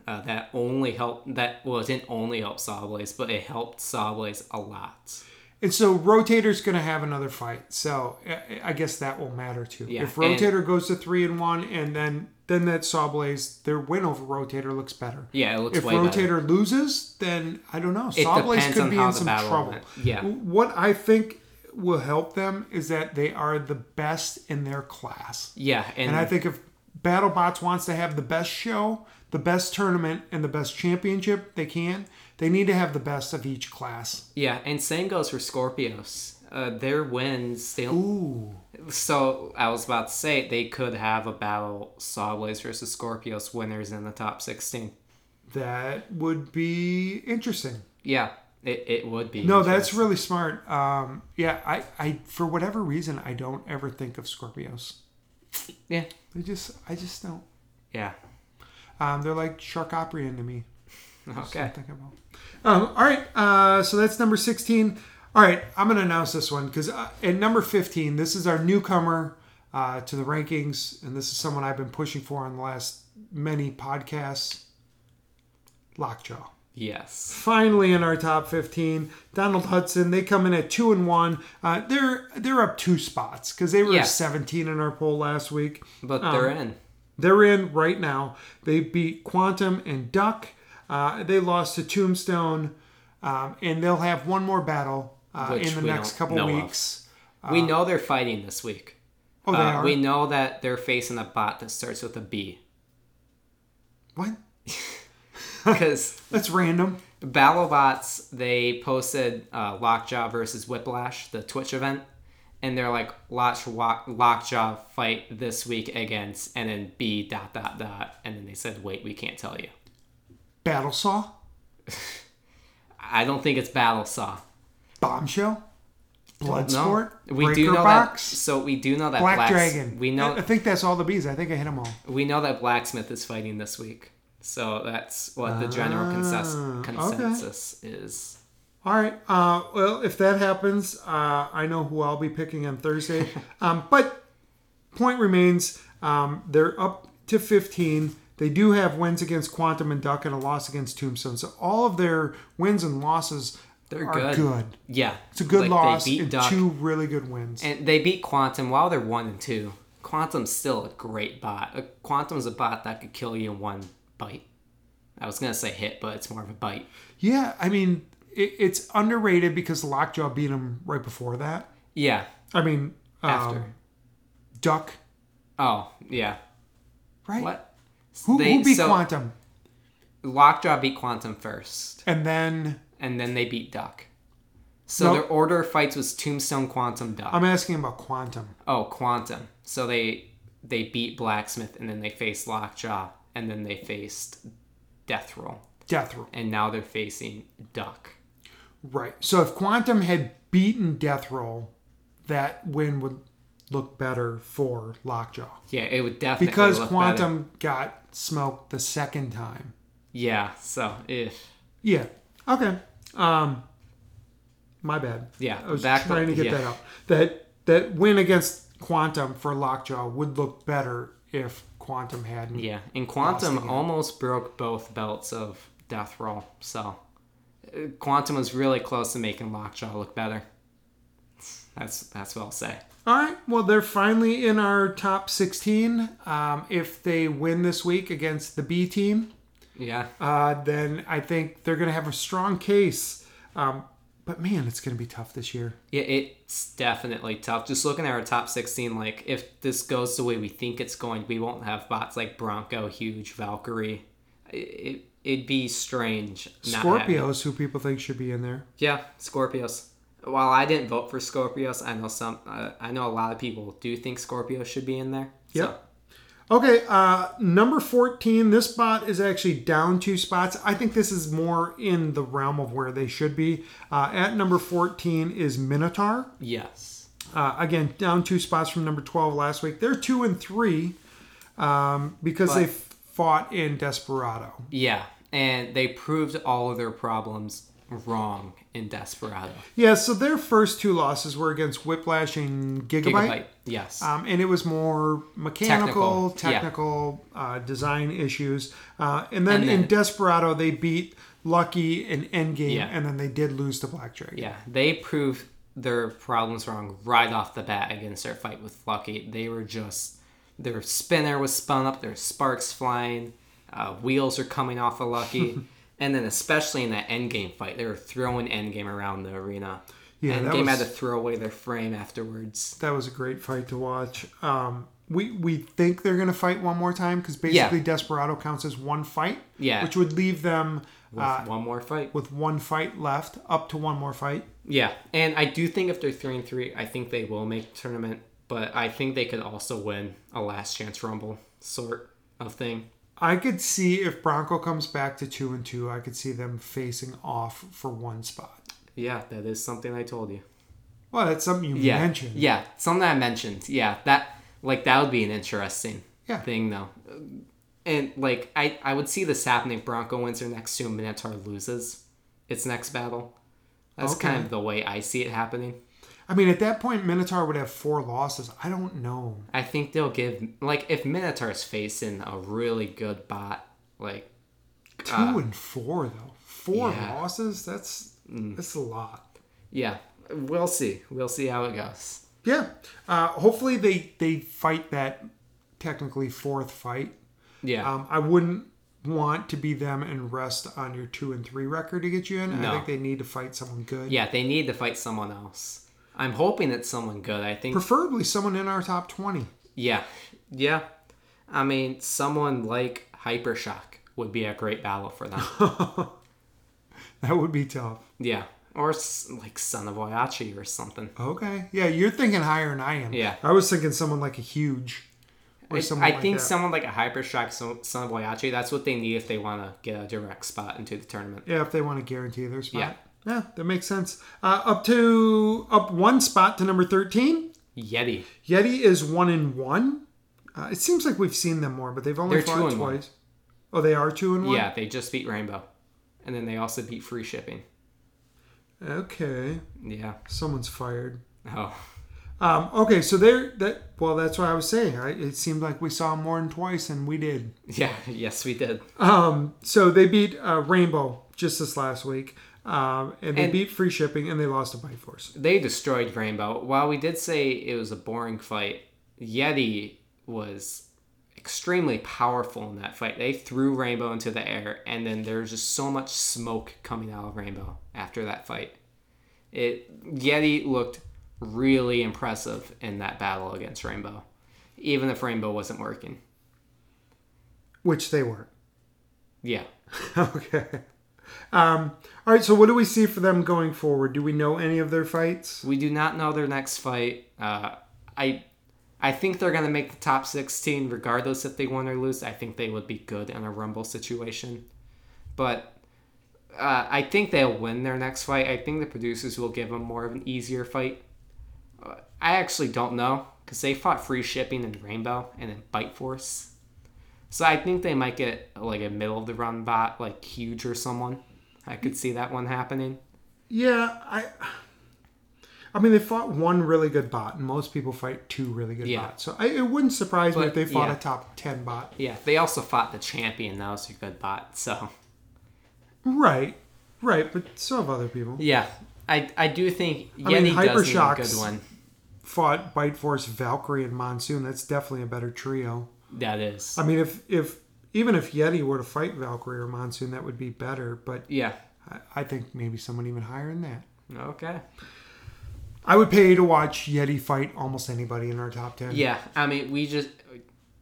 Speaker 2: Uh, that only helped. That well, it didn't only help Sawblaze, but it helped Sawblaze a lot.
Speaker 1: And so Rotator's going to have another fight. So I- I guess that will matter too.
Speaker 2: Yeah,
Speaker 1: If Rotator goes to three and one, and then then that Sawblaze, their win over Rotator looks better.
Speaker 2: Yeah, it looks
Speaker 1: if
Speaker 2: way
Speaker 1: Rotator
Speaker 2: better.
Speaker 1: loses, then I don't know.
Speaker 2: It
Speaker 1: Sawblaze
Speaker 2: depends
Speaker 1: could
Speaker 2: on
Speaker 1: be
Speaker 2: how
Speaker 1: in
Speaker 2: the
Speaker 1: some
Speaker 2: battle
Speaker 1: trouble.
Speaker 2: went. Yeah.
Speaker 1: What I think will help them is that they are the best in their class.
Speaker 2: Yeah, and,
Speaker 1: And I think if BattleBots wants to have the best show, the best tournament, and the best championship they can, they need to have the best of each class.
Speaker 2: yeah, and same goes for Scorpios. Uh, their wins, they don't,
Speaker 1: Ooh.
Speaker 2: so I was about to say they could have a battle Sawblaze versus Scorpios winners in the top sixteen.
Speaker 1: That would be interesting.
Speaker 2: Yeah, it, it would be.
Speaker 1: No, that's really smart. Um, yeah, I, I for whatever reason I don't ever think of Scorpios.
Speaker 2: yeah,
Speaker 1: They just I just don't.
Speaker 2: yeah.
Speaker 1: Um, they're like shark operating to me.
Speaker 2: Okay.
Speaker 1: Think about. Um, all right, uh, so that's number sixteen. All right, I'm gonna announce this one because uh, at number fifteen, this is our newcomer uh, to the rankings, and this is someone I've been pushing for on the last many podcasts. Lockjaw.
Speaker 2: Yes.
Speaker 1: finally in our top 15 donald hudson they come in at two and one uh, they're they're up two spots because they were
Speaker 2: Yeah.
Speaker 1: 17 in our poll last week
Speaker 2: But they're in.
Speaker 1: they're in right now they beat quantum and duck uh, they lost to tombstone um, and they'll have one more battle uh,
Speaker 2: Which
Speaker 1: in the
Speaker 2: we
Speaker 1: next
Speaker 2: don't
Speaker 1: couple
Speaker 2: know of.
Speaker 1: weeks
Speaker 2: we know they're fighting this week.
Speaker 1: Uh, Oh, they
Speaker 2: Uh,
Speaker 1: are.
Speaker 2: we know that they're facing a bot that starts with a B (laughs)
Speaker 1: What?
Speaker 2: because
Speaker 1: That's random.
Speaker 2: BattleBots they posted uh, Lockjaw versus Whiplash, the Twitch event, and they're like Lock, Lock, Lockjaw fight this week against and then B dot dot dot, and then they said wait we can't tell you.
Speaker 1: Battle saw.
Speaker 2: I don't think it's Battle Saw.
Speaker 1: Bombshell.
Speaker 2: No,
Speaker 1: Bloodsport.
Speaker 2: we
Speaker 1: Breaker
Speaker 2: do know that.
Speaker 1: box.
Speaker 2: So we do know that
Speaker 1: Black
Speaker 2: Blacks-
Speaker 1: Dragon.
Speaker 2: We
Speaker 1: I- I
Speaker 2: know
Speaker 1: think that's all the bees. I think I hit them all.
Speaker 2: we know that Blacksmith is fighting this week. So that's what the general
Speaker 1: Ah,
Speaker 2: consensus
Speaker 1: okay.
Speaker 2: consensus is.
Speaker 1: All right. Uh, well, if that happens, uh, I know who I'll be picking on
Speaker 2: (laughs)
Speaker 1: Thursday. um, but point remains, um, they're up to 15. They do have wins against Quantum and Duck and a loss against Tombstone. So all of their wins and losses
Speaker 2: They're
Speaker 1: are
Speaker 2: good.
Speaker 1: good.
Speaker 2: Yeah,
Speaker 1: It's a good
Speaker 2: Like,
Speaker 1: loss
Speaker 2: They beat
Speaker 1: and
Speaker 2: Duck,
Speaker 1: two really good wins.
Speaker 2: and they beat Quantum. While they're one and two, Quantum's still a great bot. Uh, Quantum's a bot that could kill you in one bite. I was gonna say hit, but it's more of a bite.
Speaker 1: yeah, I mean, it, it's underrated because Lockjaw beat them right before that.
Speaker 2: Yeah.
Speaker 1: I mean, um,
Speaker 2: After.
Speaker 1: Duck,
Speaker 2: Oh yeah.
Speaker 1: right?
Speaker 2: What?
Speaker 1: Who,
Speaker 2: They-
Speaker 1: who beat
Speaker 2: so-
Speaker 1: Quantum?
Speaker 2: Lockjaw beat Quantum first.
Speaker 1: And then
Speaker 2: and then they beat Duck. So
Speaker 1: No.
Speaker 2: their order of fights was Tombstone, Quantum, Duck.
Speaker 1: I'm asking about Quantum.
Speaker 2: oh, Quantum. So they they beat Blacksmith, and then they faced Lockjaw, and then they faced Death Roll,
Speaker 1: Death Roll.
Speaker 2: and now they're facing Duck.
Speaker 1: Right. So if Quantum had beaten Death Roll, that win would look better for Lockjaw
Speaker 2: Yeah, it would definitely
Speaker 1: because
Speaker 2: look better.
Speaker 1: Quantum got smoked the second time.
Speaker 2: Yeah. So if
Speaker 1: Yeah. Okay. Um, my bad.
Speaker 2: Yeah,
Speaker 1: I was
Speaker 2: back-
Speaker 1: trying to get
Speaker 2: yeah.
Speaker 1: that out. That that win against Quantum for Lockjaw would look better if Quantum hadn't.
Speaker 2: yeah, and Quantum almost broke both belts of Death Roll. So uh, Quantum was really close to making Lockjaw look better. That's that's what I'll say.
Speaker 1: All right. Well, they're finally in our top 16. Um, if they win this week against the B team,
Speaker 2: Yeah.
Speaker 1: uh, then I think they're going to have a strong case. Um, but man, it's going to be tough this year.
Speaker 2: Yeah, it's definitely tough. Just looking at our top 16, like, if this goes the way we think it's going, we won't have bots like Bronco, Huge, Valkyrie. It, it, it'd be strange. not having-
Speaker 1: Scorpios, who people think should be in there.
Speaker 2: Yeah, Scorpios. While I didn't vote for Scorpios, I know some. Uh, I know a lot of people do think Scorpios should be in there.
Speaker 1: Yep. Okay, uh, number 14, this spot is actually down two spots. I think this is more in the realm of where they should be. Uh, at number 14 is Minotaur.
Speaker 2: Yes.
Speaker 1: Uh, again, down two spots from number 12 last week. They're two and three um, because they fought in Desperado.
Speaker 2: Yeah, and they proved all of their problems wrong in Desperado.
Speaker 1: Yeah, so their first two losses were against Whiplash and Gigabyte.
Speaker 2: Gigabyte. Yes.
Speaker 1: Um, and it was more mechanical,
Speaker 2: Technical,
Speaker 1: technical,
Speaker 2: yeah.
Speaker 1: uh, design issues. Uh, and, then
Speaker 2: And then-
Speaker 1: in Desperado, they beat Lucky and Endgame,
Speaker 2: Yeah.
Speaker 1: and then they did lose to Black Dragon.
Speaker 2: Yeah, they proved their problems wrong right off the bat against their fight with Lucky. They were just their spinner was spun up, their sparks flying, uh, wheels are coming off of
Speaker 1: (laughs)
Speaker 2: Lucky, and then especially in that Endgame fight, they were throwing Endgame around the arena.
Speaker 1: Yeah, that
Speaker 2: Endgame had to
Speaker 1: was-
Speaker 2: throw away their frame afterwards.
Speaker 1: That was a great fight to watch. Um, we, we think they're going to fight one more time because basically Desperado counts as one fight,
Speaker 2: Yeah.
Speaker 1: which would leave them
Speaker 2: With
Speaker 1: uh,
Speaker 2: one more fight.
Speaker 1: with one fight left, up to one more fight.
Speaker 2: Yeah, and I do think if they're three and three, I think they will make the tournament. But I think they could also win a last chance rumble sort of thing.
Speaker 1: I could see if Bronco comes back to two and two, I could see them facing off for one spot.
Speaker 2: Yeah, that is something I told you.
Speaker 1: Well, that's something you
Speaker 2: yeah.
Speaker 1: mentioned.
Speaker 2: Yeah, something I mentioned. Yeah, that like that would be an interesting
Speaker 1: Yeah.
Speaker 2: thing though. And like I I would see this happening. Bronco wins her next two, Minotaur loses its next battle. That's kind
Speaker 1: Okay.
Speaker 2: of the way I see it happening.
Speaker 1: I mean, at that point, Minotaur would have four losses. I don't know.
Speaker 2: I think they'll give like if Minotaur's facing a really good bot, like
Speaker 1: Two and four though. Four
Speaker 2: Ah. yeah. Mm.
Speaker 1: losses. That's that's a lot.
Speaker 2: yeah, we'll see. We'll see how it goes.
Speaker 1: Yeah. Uh, hopefully they they fight that technically fourth fight.
Speaker 2: Yeah.
Speaker 1: Um, I wouldn't want to be them and rest on your two and three record to get you in. I
Speaker 2: No.
Speaker 1: think they need to fight someone good.
Speaker 2: yeah, they need to fight someone else. I'm hoping it's someone good. I think.
Speaker 1: Preferably someone in our top 20.
Speaker 2: yeah, yeah. I mean, someone like Hypershock would be a great battle for
Speaker 1: (laughs)
Speaker 2: them.
Speaker 1: That would be tough.
Speaker 2: yeah, or s- like Son of Oyachi or something.
Speaker 1: Okay. Yeah, you're thinking higher than I am.
Speaker 2: Yeah.
Speaker 1: I was thinking someone like a huge or
Speaker 2: I,
Speaker 1: someone
Speaker 2: I
Speaker 1: like
Speaker 2: think
Speaker 1: that.
Speaker 2: someone like a Hypershock, so- Son of Oyachi. That's what they need if they want to get a direct spot into the tournament.
Speaker 1: Yeah, if they want to guarantee their spot.
Speaker 2: Yeah.
Speaker 1: Yeah, that makes sense. Uh, up to up one spot to number 13.
Speaker 2: Yeti.
Speaker 1: Yeti is one in one. Uh, it seems like we've seen them more, but they've only
Speaker 2: They're two
Speaker 1: fought
Speaker 2: and one.
Speaker 1: twice. Oh, they are two and one.
Speaker 2: Yeah, they just beat Rainbow, and then they also beat Free Shipping.
Speaker 1: Okay,
Speaker 2: Yeah.
Speaker 1: someone's fired.
Speaker 2: Oh. (laughs)
Speaker 1: Um, okay, so they're that. Well, that's what I was saying. I, it seemed like we saw more than twice, and we did.
Speaker 2: Yeah. Yes, we did.
Speaker 1: Um, so they beat uh, Rainbow just this last week, um, and they
Speaker 2: And-
Speaker 1: beat Free Shipping, and they lost to Bite Force.
Speaker 2: they destroyed Rainbow. While we did say it was a boring fight, Yeti was extremely powerful in that fight. They threw Rainbow into the air, and then there's just so much smoke coming out of Rainbow after that fight. It Yeti looked really impressive in that battle against Rainbow, even if Rainbow wasn't working.
Speaker 1: which they weren't. (laughs)
Speaker 2: Yeah,
Speaker 1: okay. Um, all right. So what do we see for them going forward? Do we know any of their fights?
Speaker 2: we do not know their next fight. Uh, I. I think they're going to make the top 16 regardless if they win or lose. I think they would be good in a Rumble situation. But uh, I think they'll win their next fight. I think the producers will give them more of an easier fight. Uh, I actually don't know because they fought Free Shipping and Rainbow and then Bite Force. So I think they might get like a middle of the run bot, like Huge or someone. I could see that one happening.
Speaker 1: Yeah, I. I mean, they fought one really good bot, and most people fight two really good
Speaker 2: Yeah.
Speaker 1: bots. So I, it wouldn't surprise me
Speaker 2: But,
Speaker 1: if they fought
Speaker 2: yeah.
Speaker 1: a top ten bot.
Speaker 2: Yeah, they also fought the champion. That was a good bot. So
Speaker 1: Right, right. But so have other people.
Speaker 2: yeah, I I do think Yeti
Speaker 1: I mean,
Speaker 2: does need a
Speaker 1: Hypershocks-
Speaker 2: good one.
Speaker 1: Fought Bite Force, Valkyrie, and Monsoon. That's definitely a better trio.
Speaker 2: That is.
Speaker 1: I mean, if if even if Yeti were to fight Valkyrie or Monsoon, that would be better. But
Speaker 2: yeah.
Speaker 1: I, I think maybe someone even higher than that.
Speaker 2: Okay.
Speaker 1: I would pay to watch Yeti fight almost anybody in our top ten.
Speaker 2: Yeah, I mean we just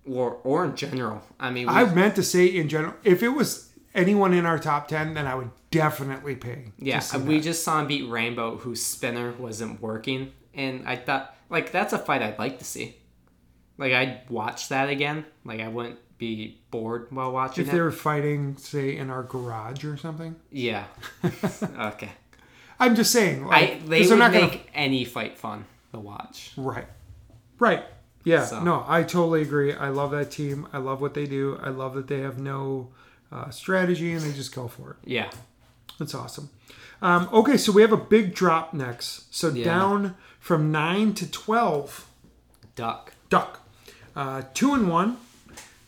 Speaker 2: or or in general. I mean we,
Speaker 1: I meant to say in general, if it was anyone in our top ten, then I would definitely pay. to
Speaker 2: yeah,
Speaker 1: see
Speaker 2: we
Speaker 1: that.
Speaker 2: just saw him beat Rainbow, whose spinner wasn't working, and I thought like that's a fight I'd like to see. Like I'd watch that again. Like I wouldn't be bored while watching
Speaker 1: if
Speaker 2: it.
Speaker 1: they were fighting, say, in our garage or something. (laughs)
Speaker 2: Yeah. okay.
Speaker 1: I'm just saying,
Speaker 2: I
Speaker 1: like,
Speaker 2: they
Speaker 1: 'cause
Speaker 2: would
Speaker 1: they're not
Speaker 2: make
Speaker 1: gonna
Speaker 2: any fight fun to watch.
Speaker 1: right, right. Yeah,
Speaker 2: So.
Speaker 1: no, I totally agree. I love that team. I love what they do. I love that they have no uh, strategy and they just go for it.
Speaker 2: Yeah.
Speaker 1: That's awesome. Um, okay, so we have a big drop next. So down from nine to twelve.
Speaker 2: Duck.
Speaker 1: Duck. Uh, two and one.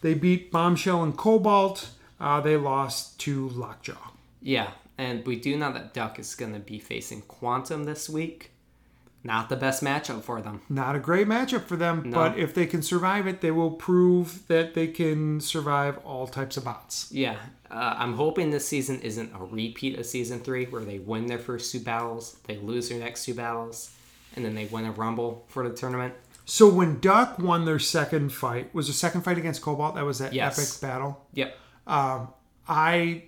Speaker 1: They beat Bombshell and Cobalt. Uh, they lost to Lockjaw.
Speaker 2: Yeah, and we do know that Duck is going to be facing Quantum this week. Not the best matchup for them.
Speaker 1: Not a great matchup for them, but if they can survive it, they will prove that they can survive all types of bots.
Speaker 2: Yeah, uh, I'm hoping this season isn't a repeat of season three, where they win their first two battles, they lose their next two battles, and then they win a Rumble for the tournament.
Speaker 1: So when Duck won their second fight, was the second fight against Cobalt? That was that
Speaker 2: Yes.
Speaker 1: epic battle.
Speaker 2: Yep.
Speaker 1: I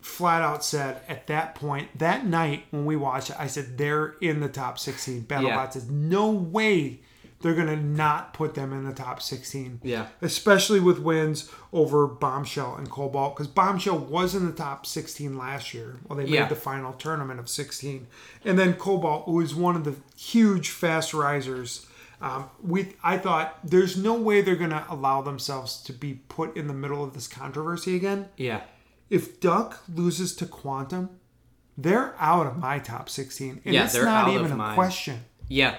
Speaker 1: flat out said at that point that night when we watched it, I said they're in the top 16. Battle
Speaker 2: Yeah.
Speaker 1: bots is no way they're gonna not put them in the top 16.
Speaker 2: Yeah.
Speaker 1: especially with wins over Bombshell and Cobalt, because Bombshell was in the top 16 last year. Well, they
Speaker 2: Yeah.
Speaker 1: made the final tournament of 16, and then Cobalt, who is one of the huge fast risers. Um, we, I thought there's no way they're going to allow themselves to be put in the middle of this controversy again.
Speaker 2: Yeah.
Speaker 1: If Duck loses to Quantum, they're out of my top 16, and
Speaker 2: Yeah,
Speaker 1: it's
Speaker 2: they're
Speaker 1: not
Speaker 2: out of
Speaker 1: even a
Speaker 2: mine.
Speaker 1: question.
Speaker 2: Yeah.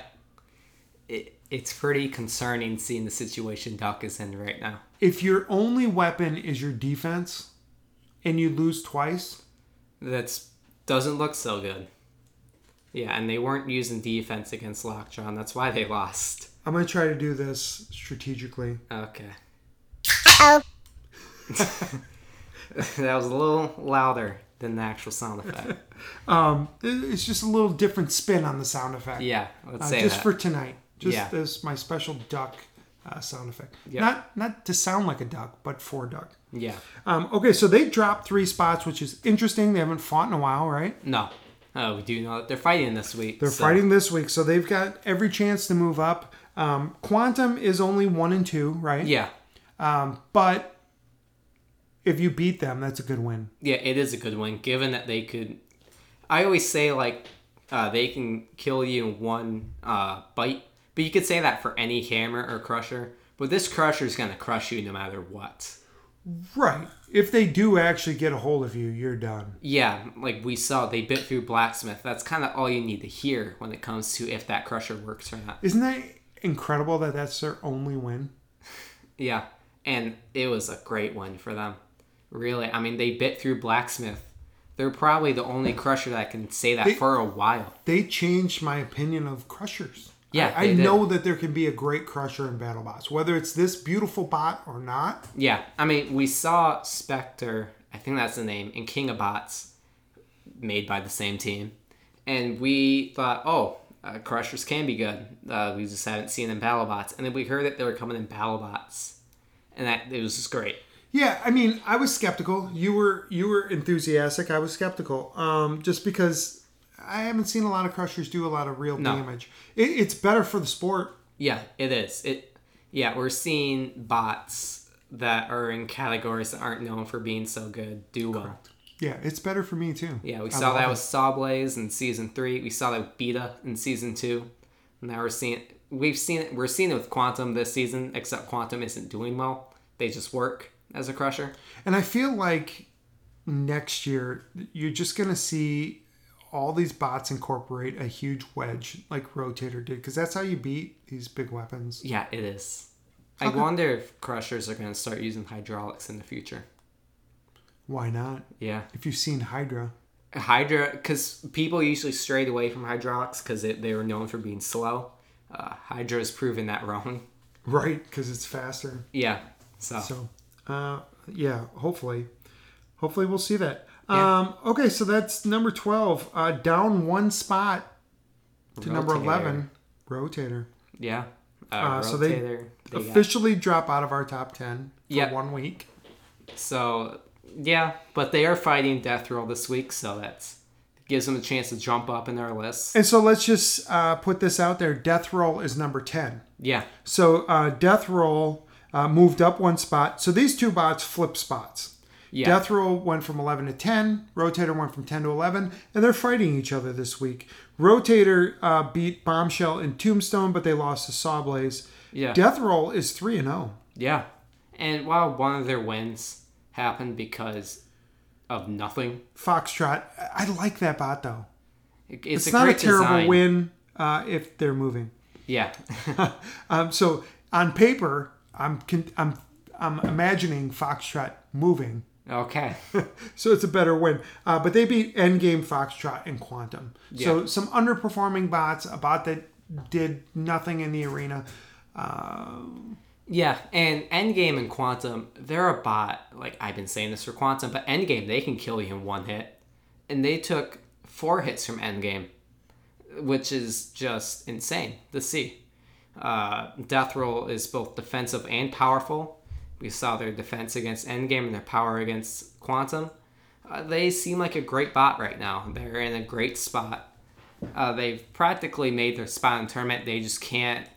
Speaker 2: It, it's pretty concerning seeing the situation Duck is in right now.
Speaker 1: If your only weapon is your defense, and you lose twice,
Speaker 2: That's doesn't look so good. Yeah, and they weren't using defense against Lockjaw, and that's why they (laughs) lost.
Speaker 1: I'm gonna try to do this strategically.
Speaker 2: Okay. (laughs) that was a little louder than the actual sound effect.
Speaker 1: Um, it- it's just a little different spin on the sound effect.
Speaker 2: yeah, let's
Speaker 1: Uh,
Speaker 2: say
Speaker 1: just
Speaker 2: that.
Speaker 1: for tonight. Just
Speaker 2: Yeah.
Speaker 1: as my special duck uh, sound effect.
Speaker 2: Yep.
Speaker 1: Not not to sound like a duck, but for duck.
Speaker 2: yeah.
Speaker 1: Um, okay, so they dropped three spots, which is interesting. They haven't fought in a while, right?
Speaker 2: No. Oh, we do know that they're fighting this week.
Speaker 1: They're fighting this week, so they've got every chance to move up. Um, Quantum is only one and two, right?
Speaker 2: Yeah.
Speaker 1: But if you beat them, that's a good win.
Speaker 2: Yeah, it is a good one, given that they could. I always say, like, uh, they can kill you in one uh, bite, but you could say that for any hammer or crusher. But this crusher's going to crush you no matter what.
Speaker 1: Right. If they do actually get a hold of you, you're done.
Speaker 2: Yeah, like we saw, they bit through blacksmith. That's kind of all you need to hear when it comes to if that crusher works or not.
Speaker 1: Isn't that incredible that that's their only win?
Speaker 2: Yeah, and it was a great one for them. Really, I mean, they bit through blacksmith. They're probably the only crusher that can say that for a while.
Speaker 1: They changed my opinion of crushers.
Speaker 2: Yeah,
Speaker 1: I, I
Speaker 2: they did.
Speaker 1: know that there can be a great crusher in battle bots, whether it's this beautiful bot or not.
Speaker 2: Yeah, I mean, we saw Spectre, I think that's the name, and King of Bots, made by the same team, and we thought, oh, uh, Crushers can be good. Uh, we just haven't seen them Battle Bots, and then we heard that they were coming in Battle Bots, and that it was just great.
Speaker 1: Yeah, I mean, I was skeptical. You were you were enthusiastic. I was skeptical, um, just because I haven't seen a lot of crushers do a lot of real damage. It, it's better for the sport.
Speaker 2: Yeah, it is. It, yeah, we're seeing bots that are in categories that aren't known for being so good do well.
Speaker 1: Yeah, it's better for me too.
Speaker 2: Yeah, we
Speaker 1: I
Speaker 2: saw
Speaker 1: love
Speaker 2: that
Speaker 1: it.
Speaker 2: with Sawblaze in season three. We saw that with Beta in season two. Now we're seeing we've seen it. We're seeing it with Quantum this season. Except Quantum isn't doing well. They just work as a crusher.
Speaker 1: And I feel like next year you're just gonna see all these bots incorporate a huge wedge like Rotator did, because that's how you beat these big weapons.
Speaker 2: Yeah, it is. I wonder if crushers are going to start using hydraulics in the future.
Speaker 1: Why not?
Speaker 2: Yeah,
Speaker 1: If you've seen Hydra,
Speaker 2: Hydra because people usually strayed away from hydraulics because they were known for being slow. Uh, Hydra has proven that wrong.
Speaker 1: right? Because it's faster.
Speaker 2: Yeah, so,
Speaker 1: So, uh, yeah, hopefully, hopefully we'll see that.
Speaker 2: Yeah.
Speaker 1: Um, okay, so that's number twelve, uh, down one spot to number
Speaker 2: Rotator.
Speaker 1: eleven, Rotator.
Speaker 2: yeah. Uh,
Speaker 1: Uh, so they
Speaker 2: Rotator, they got-
Speaker 1: Officially drop out of our top ten for
Speaker 2: Yeah.
Speaker 1: one week.
Speaker 2: So yeah, but they are fighting Death Roll this week, so that's gives them a chance to jump up in their list.
Speaker 1: And so let's just uh, put this out there: Death Roll is number ten.
Speaker 2: Yeah,
Speaker 1: So uh, Death Roll uh, moved up one spot. So these two bots flip spots.
Speaker 2: yeah,
Speaker 1: Death Roll went from 11 to 10. Rotator went from 10 to 11, and they're fighting each other this week. Rotator uh, beat Bombshell and Tombstone, but they lost to Sawblaze.
Speaker 2: yeah,
Speaker 1: Death Roll is 3 and oh. 0.
Speaker 2: yeah. And while one of their wins happened because of nothing,
Speaker 1: Foxtrot. I- I like that bot though.
Speaker 2: it- it's,
Speaker 1: It's,
Speaker 2: a
Speaker 1: not a
Speaker 2: great
Speaker 1: terrible
Speaker 2: design.
Speaker 1: win uh, if they're moving.
Speaker 2: Yeah, (laughs)
Speaker 1: Um, so on paper, I'm con- I'm I'm imagining Foxtrot moving.
Speaker 2: okay,
Speaker 1: So it's a better win. Uh, but they beat Endgame, Foxtrot, and Quantum. So some underperforming bots, a bot that did nothing in the arena.
Speaker 2: yeah. And Endgame and Quantum, they're a bot. Like I've been saying this for Quantum, but Endgame they can kill you in one hit, and they took four hits from Endgame, which is just insane to see. uh, Death Roll is both defensive and powerful. We saw their defense against Endgame and their power against Quantum. Uh, they seem like a great bot right now. They're in a great spot. Uh, they've practically made their spot in tournament. They just can't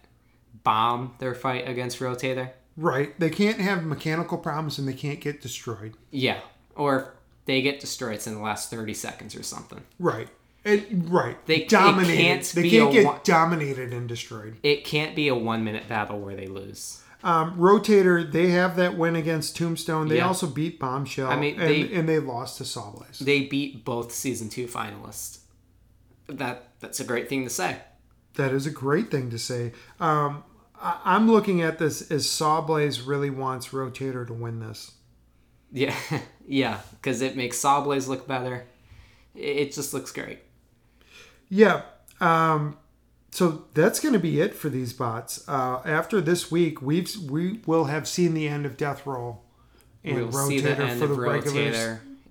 Speaker 2: bomb their fight against Rotator.
Speaker 1: Right. They can't have mechanical problems and they can't get destroyed.
Speaker 2: Yeah. Or if they get destroyed, it's in the last 30 seconds or something.
Speaker 1: Right. It, right.
Speaker 2: They- they
Speaker 1: dominated.
Speaker 2: can't
Speaker 1: they
Speaker 2: be
Speaker 1: can't
Speaker 2: a
Speaker 1: get
Speaker 2: one-
Speaker 1: dominated and destroyed.
Speaker 2: It can't be a one minute battle where they lose.
Speaker 1: Um, Rotator, they have that win against Tombstone. They
Speaker 2: Yeah.
Speaker 1: also beat Bombshell.
Speaker 2: I mean,
Speaker 1: and,
Speaker 2: they-
Speaker 1: and they lost to Sawblaze.
Speaker 2: They beat both season two finalists. That That's a great thing to say. (laughs)
Speaker 1: That is a great thing to say. Um, I, I'm looking at this as Sawblaze really wants Rotator to win this.
Speaker 2: Yeah, yeah, because it makes Sawblaze look better. It, it just looks great.
Speaker 1: Yeah. Um, so that's going to be it for these bots. Uh, after this week, we've we will have seen the end of Death Roll and
Speaker 2: we'll see the end of Rotator,
Speaker 1: regular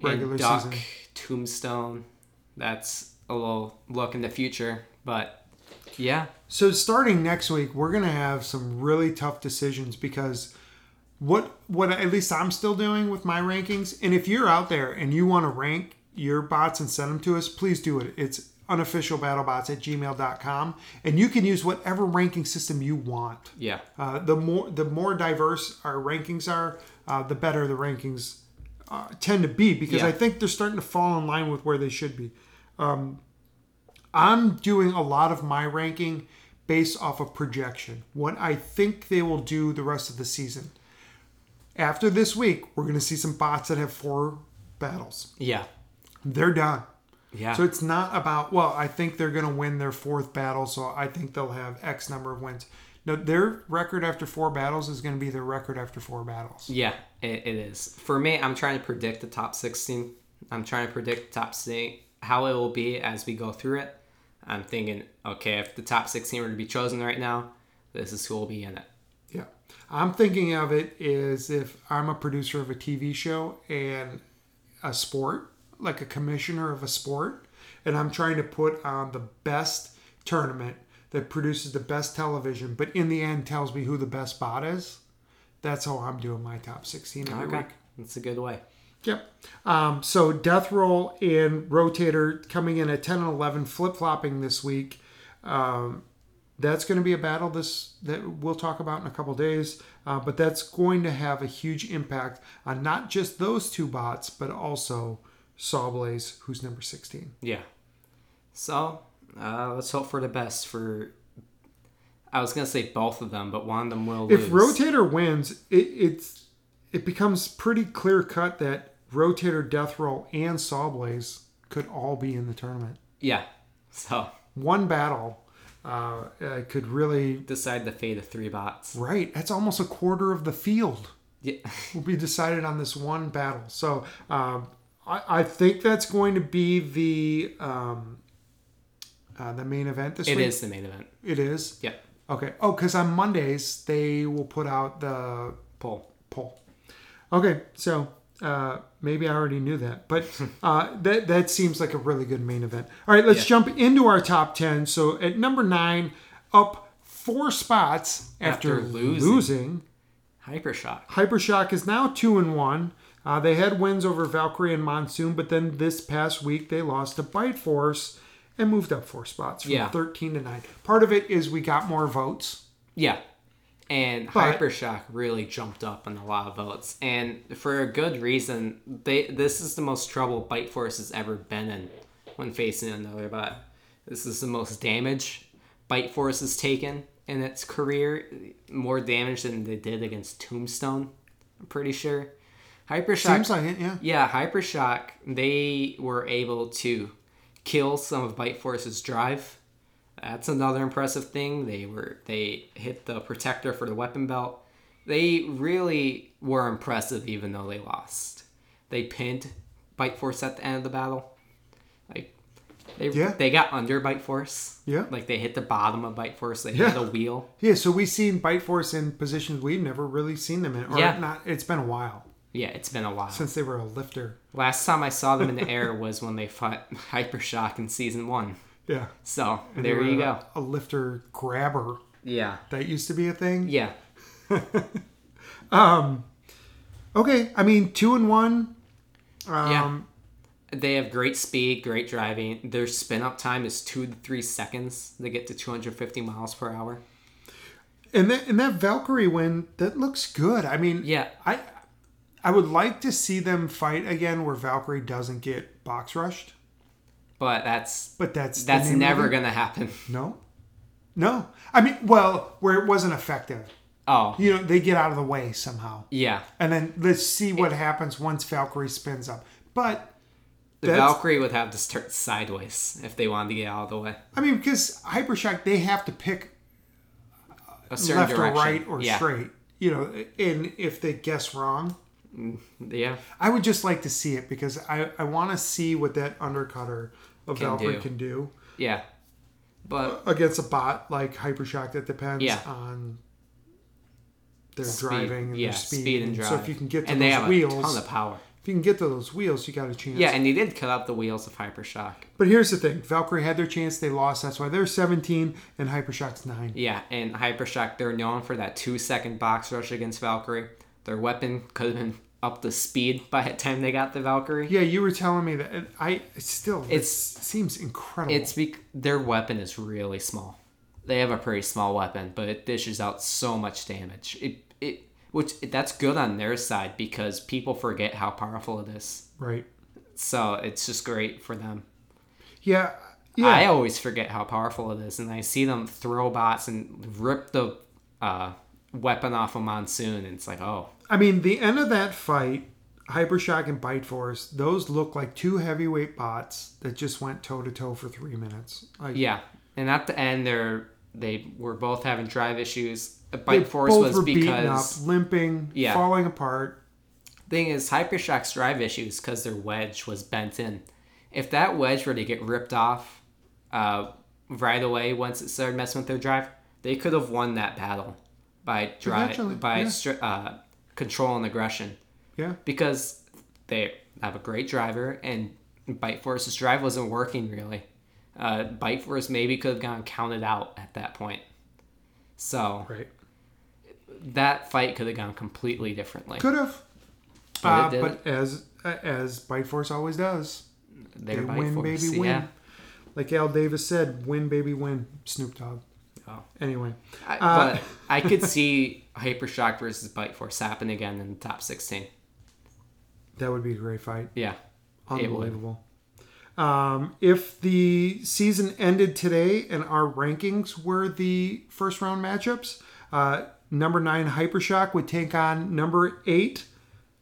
Speaker 2: and
Speaker 1: regular
Speaker 2: Duck,
Speaker 1: season.
Speaker 2: Tombstone. That's a little look in the future, but yeah,
Speaker 1: So starting next week, we're gonna have some really tough decisions because what what at least I'm still doing with my rankings. And if you're out there and you want to rank your bots and send them to us, please do it. It's unofficialbattlebots at gmail.com and you can use whatever ranking system you want.
Speaker 2: yeah,
Speaker 1: Uh, the more the more diverse our rankings are, uh, the better the rankings uh, tend to be because
Speaker 2: Yeah.
Speaker 1: I think they're starting to fall in line with where they should be. Um, I'm doing a lot of my ranking based off of projection, what I think they will do the rest of the season. After this week, we're going to see some bots that have four battles.
Speaker 2: yeah,
Speaker 1: They're done.
Speaker 2: yeah,
Speaker 1: So it's not about, well, I think they're going to win their fourth battle, so I think they'll have X number of wins. No, their record after four battles is going to be their record after four battles.
Speaker 2: yeah. It, it is for me. I'm trying to predict the top sixteen. I'm trying to predict top six how it will be as we go through it. I'm thinking, okay, if the top sixteen were to be chosen right now, this is who will be in it.
Speaker 1: Yeah. I'm thinking of it is if I'm a producer of a TV show and a sport, like a commissioner of a sport, and I'm trying to put on the best tournament that produces the best television, but in the end tells me who the best bot is. That's how I'm doing my top 16 every
Speaker 2: Okay,
Speaker 1: week.
Speaker 2: that's a good way.
Speaker 1: Yep. Um, so death roll and rotator coming in at 10 and 11, flip flopping this week. Um, that's going to be a battle this that we'll talk about in a couple days, uh, but that's going to have a huge impact on not just those two bots, but also Sawblaze, who's number 16.
Speaker 2: Yeah. So uh, let's hope for the best for. I was gonna say both of them, but one of them will
Speaker 1: If
Speaker 2: lose.
Speaker 1: Rotator wins, it, it's it becomes pretty clear cut that Rotator, Death Roll, and Sawblaze could all be in the tournament.
Speaker 2: yeah. So
Speaker 1: One battle uh, uh, could really
Speaker 2: decide the fate of three bots.
Speaker 1: Right. That's almost a quarter of the field (laughs)
Speaker 2: Yeah.
Speaker 1: will be decided on this one battle. So um, I, I think that's going to be the um, uh, the main event this
Speaker 2: it
Speaker 1: week.
Speaker 2: is the main event.
Speaker 1: It is.
Speaker 2: Yeah.
Speaker 1: Okay. Oh, because on Mondays they will put out the
Speaker 2: Poll.
Speaker 1: poll. Okay. So uh, maybe I already knew that,
Speaker 2: (laughs)
Speaker 1: but uh, that that seems like a really good main event. All right. Let's
Speaker 2: Yeah.
Speaker 1: jump into our top ten. So at number nine, up four spots after,
Speaker 2: After losing.
Speaker 1: losing
Speaker 2: Hypershock.
Speaker 1: Hypershock is now two and one. Uh, they had wins over Valkyrie and Monsoon, but then this past week they lost to Bite Force and moved up four spots from
Speaker 2: Yeah.
Speaker 1: 13 to 9. Part of it is we got more votes.
Speaker 2: Yeah. And
Speaker 1: But-
Speaker 2: Hypershock really jumped up in a lot of votes. And for a good reason, they this is the most trouble Bite Force has ever been in when facing another bot. This is the most damage Bite Force has taken in its career. More damage than they did against Tombstone, I'm pretty sure. Hypershock
Speaker 1: Seems like it, yeah.
Speaker 2: yeah, Hypershock, they were able to kill some of Bite Force's drive. That's another impressive thing. They were they hit the protector for the weapon belt. They really were impressive even though they lost. They pinned Bite Force at the end of the battle. Like they
Speaker 1: Yeah.
Speaker 2: they got under Bite Force.
Speaker 1: Yeah.
Speaker 2: Like they hit the bottom of Bite Force, they
Speaker 1: Yeah.
Speaker 2: hit the wheel.
Speaker 1: Yeah, so we've seen Bite Force in positions we've never really seen them in. Or
Speaker 2: Yeah.
Speaker 1: not it's been a while
Speaker 2: Yeah, it's been a while.
Speaker 1: since they were a lifter.
Speaker 2: Last time I saw them in the air was when they fought (laughs) Hypershock in season one.
Speaker 1: Yeah.
Speaker 2: So there you go.
Speaker 1: A lifter grabber.
Speaker 2: Yeah.
Speaker 1: That used to be a thing.
Speaker 2: Yeah.
Speaker 1: Okay, I mean two and one.
Speaker 2: Yeah.
Speaker 1: Um
Speaker 2: They have great speed, great driving. Their spin up time is two to three seconds. They get to 250 miles per hour.
Speaker 1: And that and that Valkyrie win that looks good. I mean,
Speaker 2: Yeah.
Speaker 1: I I would like to see them fight again where Valkyrie doesn't get box rushed,
Speaker 2: But that's
Speaker 1: but that's the
Speaker 2: that's
Speaker 1: name of
Speaker 2: never
Speaker 1: it.
Speaker 2: going to happen. (laughs)
Speaker 1: no, no. I mean, well, where it wasn't effective,
Speaker 2: Oh,
Speaker 1: you know, they get out of the way somehow,
Speaker 2: yeah.
Speaker 1: and then let's see what happens once Valkyrie spins up. But
Speaker 2: The
Speaker 1: That's-
Speaker 2: Valkyrie would have to start sideways if they wanted to get out of the way.
Speaker 1: I mean, because Hypershock, they have to pick
Speaker 2: A certain
Speaker 1: left
Speaker 2: direction.
Speaker 1: or right or
Speaker 2: yeah.
Speaker 1: straight, you know, and if they guess wrong,
Speaker 2: Yeah.
Speaker 1: I would just like to see it because I, I want to see what that undercutter of
Speaker 2: Can
Speaker 1: Valkyrie
Speaker 2: do.
Speaker 1: can do
Speaker 2: Yeah. But
Speaker 1: against a bot like Hypershock that depends
Speaker 2: Yeah.
Speaker 1: on their
Speaker 2: speed,
Speaker 1: driving and
Speaker 2: yeah,
Speaker 1: their speed.
Speaker 2: and drive.
Speaker 1: So if you can get to
Speaker 2: and
Speaker 1: those
Speaker 2: they have
Speaker 1: wheels,
Speaker 2: a ton of power.
Speaker 1: If you can get to those wheels, you got a chance.
Speaker 2: Yeah, and they did cut out the wheels of Hypershock.
Speaker 1: But here's the thing Valkyrie had their chance, they lost. That's why they're 17 and Hypershock's 9.
Speaker 2: Yeah, and Hypershock, they're known for that two second box rush against Valkyrie. Their weapon could have been up to speed (laughs) by the time they got the Valkyrie.
Speaker 1: Yeah, you were telling me that. and I it still it
Speaker 2: It's-
Speaker 1: seems incredible.
Speaker 2: It's bec- their weapon is really small. They have a pretty small weapon, but it dishes out so much damage. It it which that's good on their side because people forget how powerful it is.
Speaker 1: right.
Speaker 2: So it's just great for them.
Speaker 1: Yeah. Yeah.
Speaker 2: I always forget how powerful it is, and I see them throw bots and rip the uh, weapon off of Monsoon, and it's like, oh,
Speaker 1: I mean, the end of that fight, Hypershock and Bite Force, those look like two heavyweight bots that just went toe to toe for three minutes. Like,
Speaker 2: yeah. And at the end, they're they were both having drive issues. Bite
Speaker 1: they
Speaker 2: Force
Speaker 1: both
Speaker 2: was
Speaker 1: were beaten
Speaker 2: because
Speaker 1: up, limping,
Speaker 2: Yeah.
Speaker 1: falling apart.
Speaker 2: thing is Hypershock's drive issues because their wedge was bent in. If that wedge were to get ripped off uh, right away once it started messing with their drive, they could have won that battle by
Speaker 1: Potentially,
Speaker 2: drive by
Speaker 1: yeah.
Speaker 2: str uh, control and aggression
Speaker 1: Yeah.
Speaker 2: because they have a great driver and Bite Force's drive wasn't working really. Uh, Bite Force maybe could have gotten counted out at that point. So
Speaker 1: Right.
Speaker 2: that fight could have gone completely differently.
Speaker 1: Could have.
Speaker 2: But
Speaker 1: uh,
Speaker 2: it didn't.
Speaker 1: but as uh, as Bite Force always does,
Speaker 2: They
Speaker 1: they
Speaker 2: were Bite
Speaker 1: win,
Speaker 2: Force,
Speaker 1: baby, win.
Speaker 2: yeah.
Speaker 1: Like Al Davis said, win, baby, win. Snoop Dogg.
Speaker 2: Oh.
Speaker 1: Anyway,
Speaker 2: I,
Speaker 1: Uh, (laughs)
Speaker 2: but I could see Hypershock versus Bite Force happen again in the top 16.
Speaker 1: that would be a great fight.
Speaker 2: Yeah. It would.
Speaker 1: Unbelievable. Um, if the season ended today and our rankings were the first round matchups, uh, number nine Hypershock would take on number eight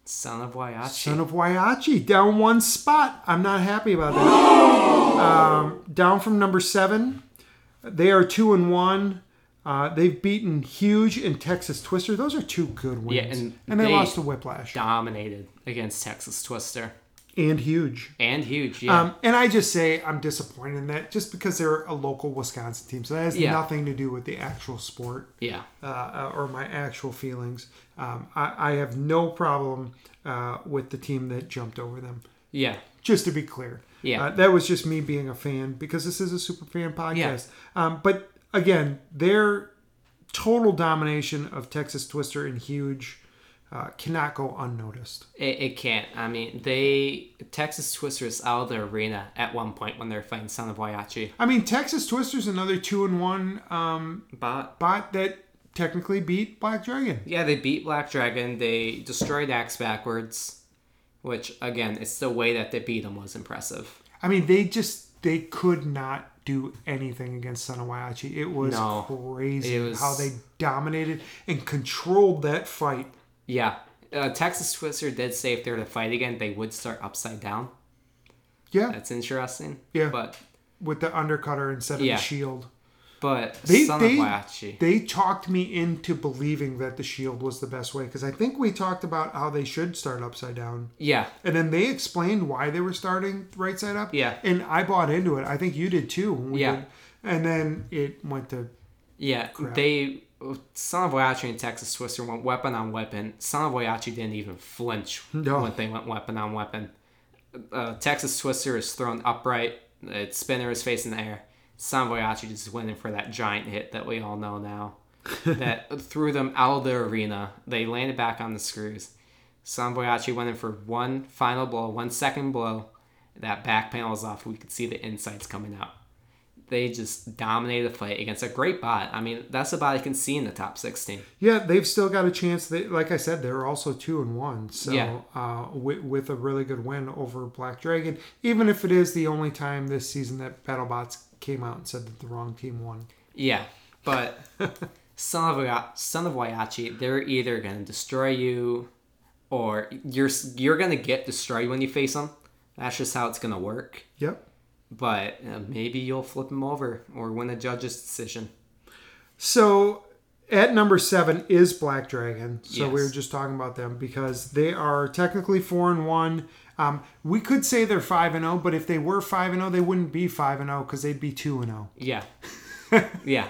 Speaker 2: Son of Waiachi.
Speaker 1: Son of Waiachi down one spot. I'm not happy about that. Um, down from number seven, they are two and one. Uh, they've beaten Huge and Texas Twister. Those are two good wins.
Speaker 2: Yeah, and
Speaker 1: they,
Speaker 2: they-
Speaker 1: lost to Whiplash
Speaker 2: Dominated against Texas Twister.
Speaker 1: and Huge.
Speaker 2: And huge, yeah.
Speaker 1: Um, and I just say I'm disappointed in that just because they're a local Wisconsin team. So that has
Speaker 2: Yeah.
Speaker 1: nothing to do with the actual sport
Speaker 2: yeah.
Speaker 1: uh, uh, or my actual feelings. Um, I, I have no problem uh, with the team that jumped over them,
Speaker 2: Yeah.
Speaker 1: just to be clear.
Speaker 2: Yeah.
Speaker 1: Uh, that was just me being a fan because this is a super fan podcast. Um, but again, their total domination of Texas Twister and Huge uh, cannot go unnoticed.
Speaker 2: It, it can't. I mean, they. Texas Twister is out of the arena at one point when they're fighting Son of Waiachi.
Speaker 1: I mean, Texas Twister's another two and one um,
Speaker 2: But.
Speaker 1: bot that technically beat Black Dragon.
Speaker 2: Yeah, they beat Black Dragon. They destroyed Axe backwards, which, again, it's the way that they beat them was impressive.
Speaker 1: I mean, they just they could not do anything against Son of Waiachi. It was
Speaker 2: No.
Speaker 1: crazy
Speaker 2: It was-
Speaker 1: how they dominated and controlled that fight.
Speaker 2: Yeah. Uh, Texas Twister did say if they were to fight again, they would start upside down.
Speaker 1: Yeah,
Speaker 2: That's interesting.
Speaker 1: Yeah.
Speaker 2: But
Speaker 1: with the undercutter instead of
Speaker 2: Yeah.
Speaker 1: the shield.
Speaker 2: but
Speaker 1: They-
Speaker 2: Son
Speaker 1: they-
Speaker 2: of Waiachi.
Speaker 1: They talked me into believing that the shield was the best way because I think we talked about how they should start upside down.
Speaker 2: Yeah.
Speaker 1: And then they explained why they were starting right side up.
Speaker 2: Yeah.
Speaker 1: And I bought into it. I think you did too. when we
Speaker 2: Yeah.
Speaker 1: did. And then it went to
Speaker 2: Yeah. They Son of Waiachi and Texas Twister went weapon on weapon. Son of Waiachi didn't even flinch
Speaker 1: No.
Speaker 2: when they went weapon on weapon. Uh, Texas Twister is thrown upright. Its spinner is facing the air. Son of Waiachi just went in for that giant hit that we all know now. that threw them out of the arena. They landed back on the screws. Son of Waiachi went in for one final blow, one second blow. That back panel was off. We could see the insides coming out. They just dominated the fight against a great bot. I mean, that's a bot I can see in the top 16.
Speaker 1: Yeah, they've still got a chance. They, like I said, they're also two and one. So
Speaker 2: Yeah.
Speaker 1: uh, with, with a really good win over Black Dragon, even if it is the only time this season that BattleBots came out and said that the wrong team won.
Speaker 2: Yeah, but
Speaker 1: (laughs)
Speaker 2: son of a son of Waiachi, they're either gonna destroy you, or you're s- you're gonna get destroyed when you face them. That's just how it's gonna work.
Speaker 1: Yep.
Speaker 2: But uh, maybe you'll flip them over or win a judge's decision.
Speaker 1: So at number seven is Black Dragon. So we
Speaker 2: Yes.
Speaker 1: were just talking about them because they are technically four and one. Um, we could say they're five and zero, but if they were five and zero, they wouldn't be five and zero because they'd be two and oh. zero. (laughs)
Speaker 2: Yeah, yeah,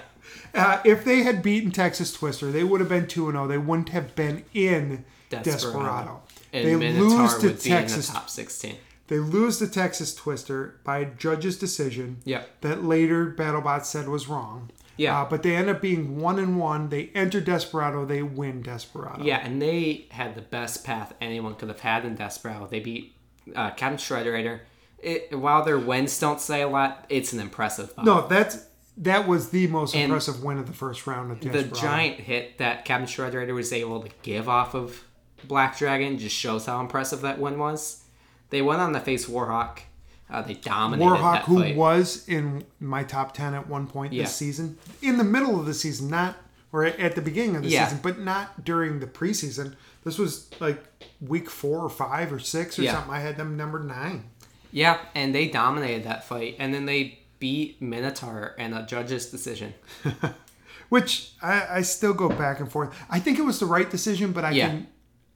Speaker 1: Uh, if they oh. had beaten Texas Twister, they would have been 2 0. They wouldn't have been in Desperado.
Speaker 2: Desperado. and
Speaker 1: They
Speaker 2: Minotaur
Speaker 1: lose to
Speaker 2: would be
Speaker 1: Texas.
Speaker 2: in the top 16.
Speaker 1: They lose to Texas Twister by a judge's decision
Speaker 2: Yep.
Speaker 1: that later BattleBot said was wrong.
Speaker 2: Yeah.
Speaker 1: Uh, but they end up being one and one. They enter Desperado. They win Desperado.
Speaker 2: Yeah, and they had the best path anyone could have had in Desperado. They beat uh, Captain Shredderator. It, while their wins don't say a lot, it's an impressive bout.
Speaker 1: No, that's that was the most impressive win of the first round of
Speaker 2: the
Speaker 1: Desperado.
Speaker 2: giant hit that Captain Shredderator was able to give off of Black Dragon just shows how impressive that win was. They went on to face Warhawk. Uh, they dominated
Speaker 1: Warhawk,
Speaker 2: that
Speaker 1: who
Speaker 2: fight.
Speaker 1: was in my top ten at one point
Speaker 2: Yeah.
Speaker 1: this season, in the middle of the season, not or at- at the beginning of the
Speaker 2: Yeah.
Speaker 1: season, but not during the preseason. This was like week four or five or six or
Speaker 2: Yeah.
Speaker 1: something. I had them number nine.
Speaker 2: Yeah, and they dominated that fight, and then they beat Minotaur in a judge's decision.
Speaker 1: which I, I still go back and forth. I think it was the right decision, but I
Speaker 2: Yeah.
Speaker 1: can,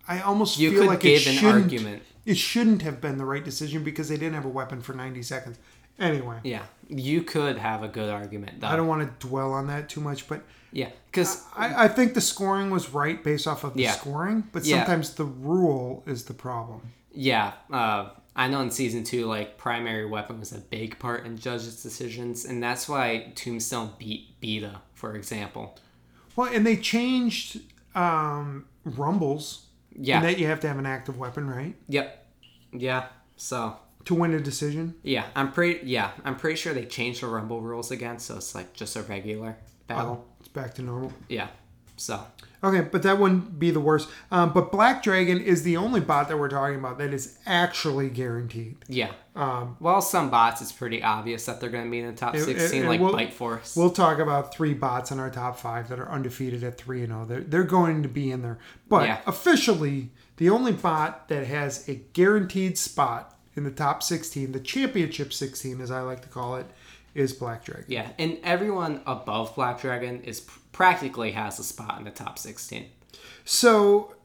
Speaker 1: I almost
Speaker 2: You
Speaker 1: feel
Speaker 2: could
Speaker 1: like
Speaker 2: give
Speaker 1: it
Speaker 2: an
Speaker 1: shouldn't,
Speaker 2: argument.
Speaker 1: It shouldn't have been the right decision because they didn't have a weapon for ninety seconds. Anyway,
Speaker 2: Yeah, you could have a good argument though.
Speaker 1: I don't want to dwell on that too much, but
Speaker 2: yeah, because
Speaker 1: I, I think the scoring was right based off of the
Speaker 2: Yeah.
Speaker 1: scoring, but
Speaker 2: Yeah.
Speaker 1: sometimes the rule is the problem.
Speaker 2: yeah, uh, I know in season two, like primary weapon was a big part in judges' decisions, and that's why Tombstone beat Beta, for example.
Speaker 1: Well, and they changed um, rumbles.
Speaker 2: Yeah.
Speaker 1: and that you have to have an active weapon, right,
Speaker 2: Yep. Yeah. So
Speaker 1: to win a decision.
Speaker 2: yeah, I'm pretty yeah, I'm pretty sure they changed the rumble rules again, so it's like just a regular battle.
Speaker 1: Oh, it's back to normal.
Speaker 2: Yeah. So
Speaker 1: Okay, but that wouldn't be the worst. Um, but Black Dragon is the only bot that we're talking about that is actually guaranteed.
Speaker 2: yeah. Um, well, some bots it's pretty obvious that they're going to be in the top
Speaker 1: it-
Speaker 2: sixteen,
Speaker 1: it
Speaker 2: like
Speaker 1: will-
Speaker 2: Bite Force.
Speaker 1: We'll talk about three bots in our top five that are undefeated at three and zero. They're they're going to be in there. But
Speaker 2: Yeah.
Speaker 1: officially, the only bot that has a guaranteed spot in the top sixteen, the championship sixteen, as I like to call it, is Black Dragon.
Speaker 2: yeah, and everyone above Black Dragon is practically has a spot in the top sixteen.
Speaker 1: So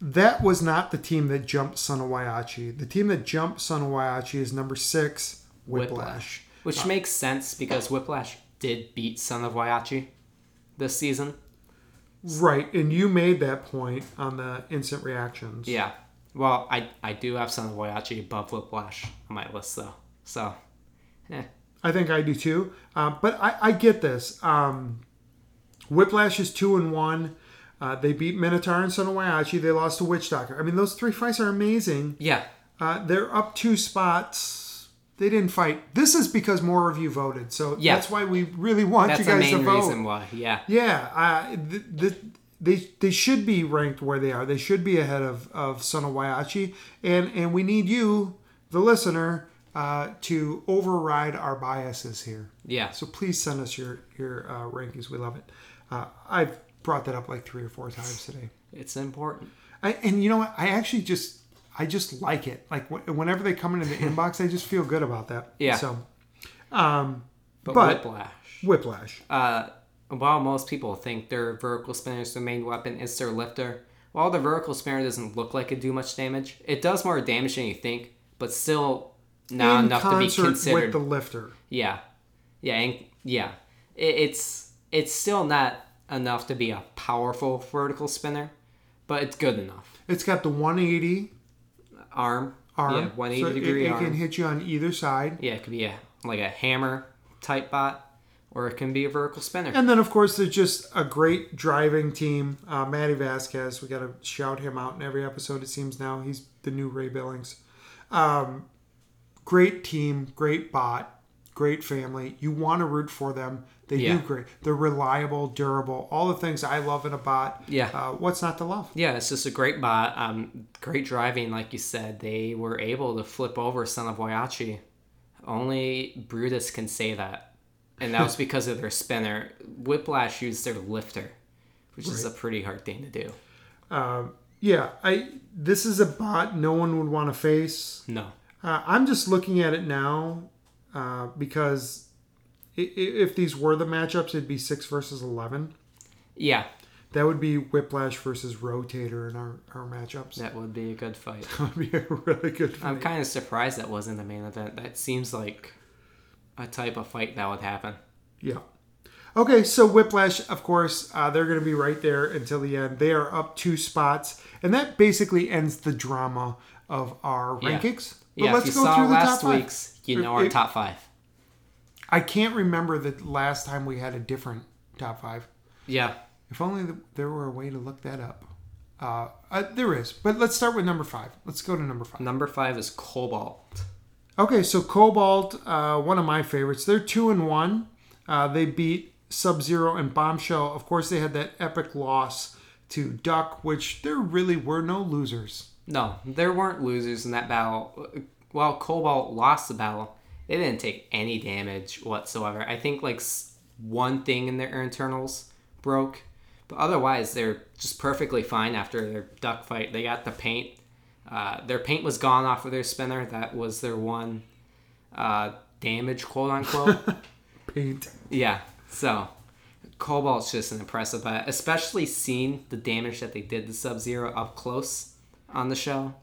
Speaker 1: that was not the team that jumped Son of Waiachi. The team that jumped Son of Waiachi is number six, Whiplash.
Speaker 2: Whiplash, which makes sense because Whiplash did beat Son of Waiachi this season.
Speaker 1: Right, and you made that point on the instant reactions.
Speaker 2: Yeah. Well, I I do have Son of Waiachi above Whiplash on my list though. So, eh.
Speaker 1: I think I do too. Uh, but I, I get this. Um, Whiplash is two and one. Uh, they beat Minotaur and Son of Waiachi. They lost to Witch Doctor. I mean, those three fights are amazing.
Speaker 2: yeah,
Speaker 1: Uh, they're up two spots. They didn't fight. This is because more of you voted, so
Speaker 2: Yeah.
Speaker 1: that's why we really want
Speaker 2: that's
Speaker 1: you
Speaker 2: the
Speaker 1: guys to
Speaker 2: main
Speaker 1: vote.
Speaker 2: reason why. Yeah,
Speaker 1: Yeah, I th the, they they should be ranked where they are. They should be ahead of of Son of Waiachi, and and we need you, the listener, uh, to override our biases here.
Speaker 2: yeah,
Speaker 1: So please send us your your uh, rankings. We love it. Uh, I've brought that up like three or four times today.
Speaker 2: it's important.
Speaker 1: I, and you know what? I actually just I just like it. Like wh- whenever they come into the inbox, I just feel good about that.
Speaker 2: Yeah.
Speaker 1: So
Speaker 2: But,
Speaker 1: But-
Speaker 2: Whiplash.
Speaker 1: Whiplash.
Speaker 2: Uh, while most people think their vertical spinner's their main weapon, it's their lifter. While the vertical spinner doesn't look like it do much damage, it does more damage than you think, but still not
Speaker 1: In
Speaker 2: enough to be
Speaker 1: concert
Speaker 2: considered
Speaker 1: with the lifter.
Speaker 2: Yeah, yeah, and yeah. It, it's it's still not enough to be a powerful vertical spinner, but it's good enough.
Speaker 1: It's got the 180
Speaker 2: Arm,
Speaker 1: arm.
Speaker 2: yeah, one eighty
Speaker 1: so it-
Speaker 2: degree
Speaker 1: it,
Speaker 2: arm.
Speaker 1: can hit you on either side.
Speaker 2: yeah, it could be a like a hammer type bot, or it can be a vertical spinner.
Speaker 1: And then, of course, there's just a great driving team. Uh, Matty Vasquez, we got to shout him out in every episode, it seems now. He's the new Ray Billings. Um, great team, great bot, great family. You want to root for them. They
Speaker 2: Yeah.
Speaker 1: do great. They're reliable, durable, all the things I love in a bot.
Speaker 2: Yeah.
Speaker 1: Uh, what's not to love?
Speaker 2: yeah, it's just a great bot. Um, great driving, like you said. They were able to flip over Son of Waiachi. Only Brutus can say that, and
Speaker 1: (laughs)
Speaker 2: that was because of their spinner. Whiplash used their lifter, which is a pretty hard thing to do.
Speaker 1: Yeah, I. This is a bot no one would want to face.
Speaker 2: No.
Speaker 1: Uh, I'm just looking at it now uh, because i- i- if these were the matchups, it'd be six versus eleven.
Speaker 2: Yeah,
Speaker 1: That would be Whiplash versus Rotator in our, our matchups. (laughs)
Speaker 2: that would be a good fight.
Speaker 1: That would be a really good.
Speaker 2: I'm
Speaker 1: Fight.
Speaker 2: kind of surprised that wasn't the main event. That seems like a type of fight that would happen.
Speaker 1: Yeah. Okay, so Whiplash, of course, uh, they're going to be right there until the end. They are up two spots, and that basically ends the drama of our rankings. But
Speaker 2: yeah,
Speaker 1: let's
Speaker 2: if you
Speaker 1: go
Speaker 2: saw
Speaker 1: through the top
Speaker 2: last
Speaker 1: five.
Speaker 2: week's, you
Speaker 1: Or-
Speaker 2: know our
Speaker 1: it-
Speaker 2: top five.
Speaker 1: I can't remember the last time we had a different top five.
Speaker 2: Yeah.
Speaker 1: If only th- there were a way to look that up. Uh, uh, there is, but let's start with number five. Let's go to number five.
Speaker 2: Number five is Cobalt.
Speaker 1: Okay, so Cobalt, uh, one of my favorites. They're two and one. Uh, they beat Sub Zero and Bombshell. Of course, they had that epic loss to Duck, which there really were no losers.
Speaker 2: No, there weren't losers in that battle. While Cobalt lost the battle, they didn't take any damage whatsoever. I think like s- one thing in their internals broke, but otherwise they're just perfectly fine after their duck fight. They got the paint. Uh, their paint was gone off of their spinner. That was their one uh, damage, quote unquote.
Speaker 1: Paint.
Speaker 2: Yeah. So, Cobalt's just an impressive, uh, especially seeing the damage that they did to Sub Zero up close on the show,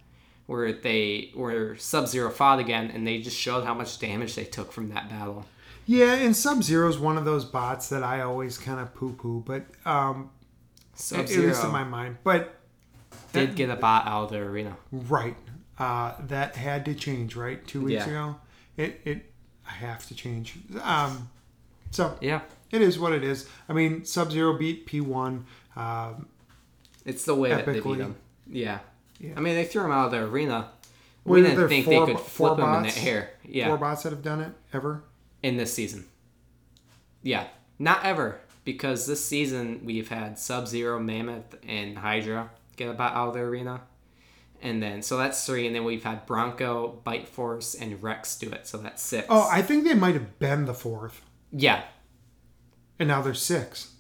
Speaker 2: where they where Sub Zero fought again, and they just showed how much damage they took from that battle.
Speaker 1: Yeah, and Sub Zero is one of those bots that I always kind of poo poo, but um,
Speaker 2: Sub
Speaker 1: at at least in my
Speaker 2: Zero
Speaker 1: mind. But
Speaker 2: did get a bot out of the arena.
Speaker 1: Right. Uh, that had to change, right? Two weeks
Speaker 2: Yeah.
Speaker 1: ago. It it I have to change. Um, so
Speaker 2: Yeah,
Speaker 1: it is what it is. I mean, Sub Zero beat P one. Um,
Speaker 2: it's the way that they beat
Speaker 1: Epically.
Speaker 2: him. Yeah.
Speaker 1: Yeah.
Speaker 2: I mean they threw him out of the arena.
Speaker 1: Were
Speaker 2: We didn't
Speaker 1: there
Speaker 2: think
Speaker 1: four
Speaker 2: they
Speaker 1: bo-
Speaker 2: could
Speaker 1: four
Speaker 2: flip him in
Speaker 1: bots?
Speaker 2: the air. Yeah,
Speaker 1: Four bots that have done it ever.
Speaker 2: in this season. Yeah, not ever because this season we've had Sub Zero, Mammoth, and Hydra get about out of the arena, and then so that's three, and then we've had Bronco, Bite Force, and Rex do it, so that's six.
Speaker 1: Oh, I think they might have been the fourth,
Speaker 2: yeah,
Speaker 1: and now they're six.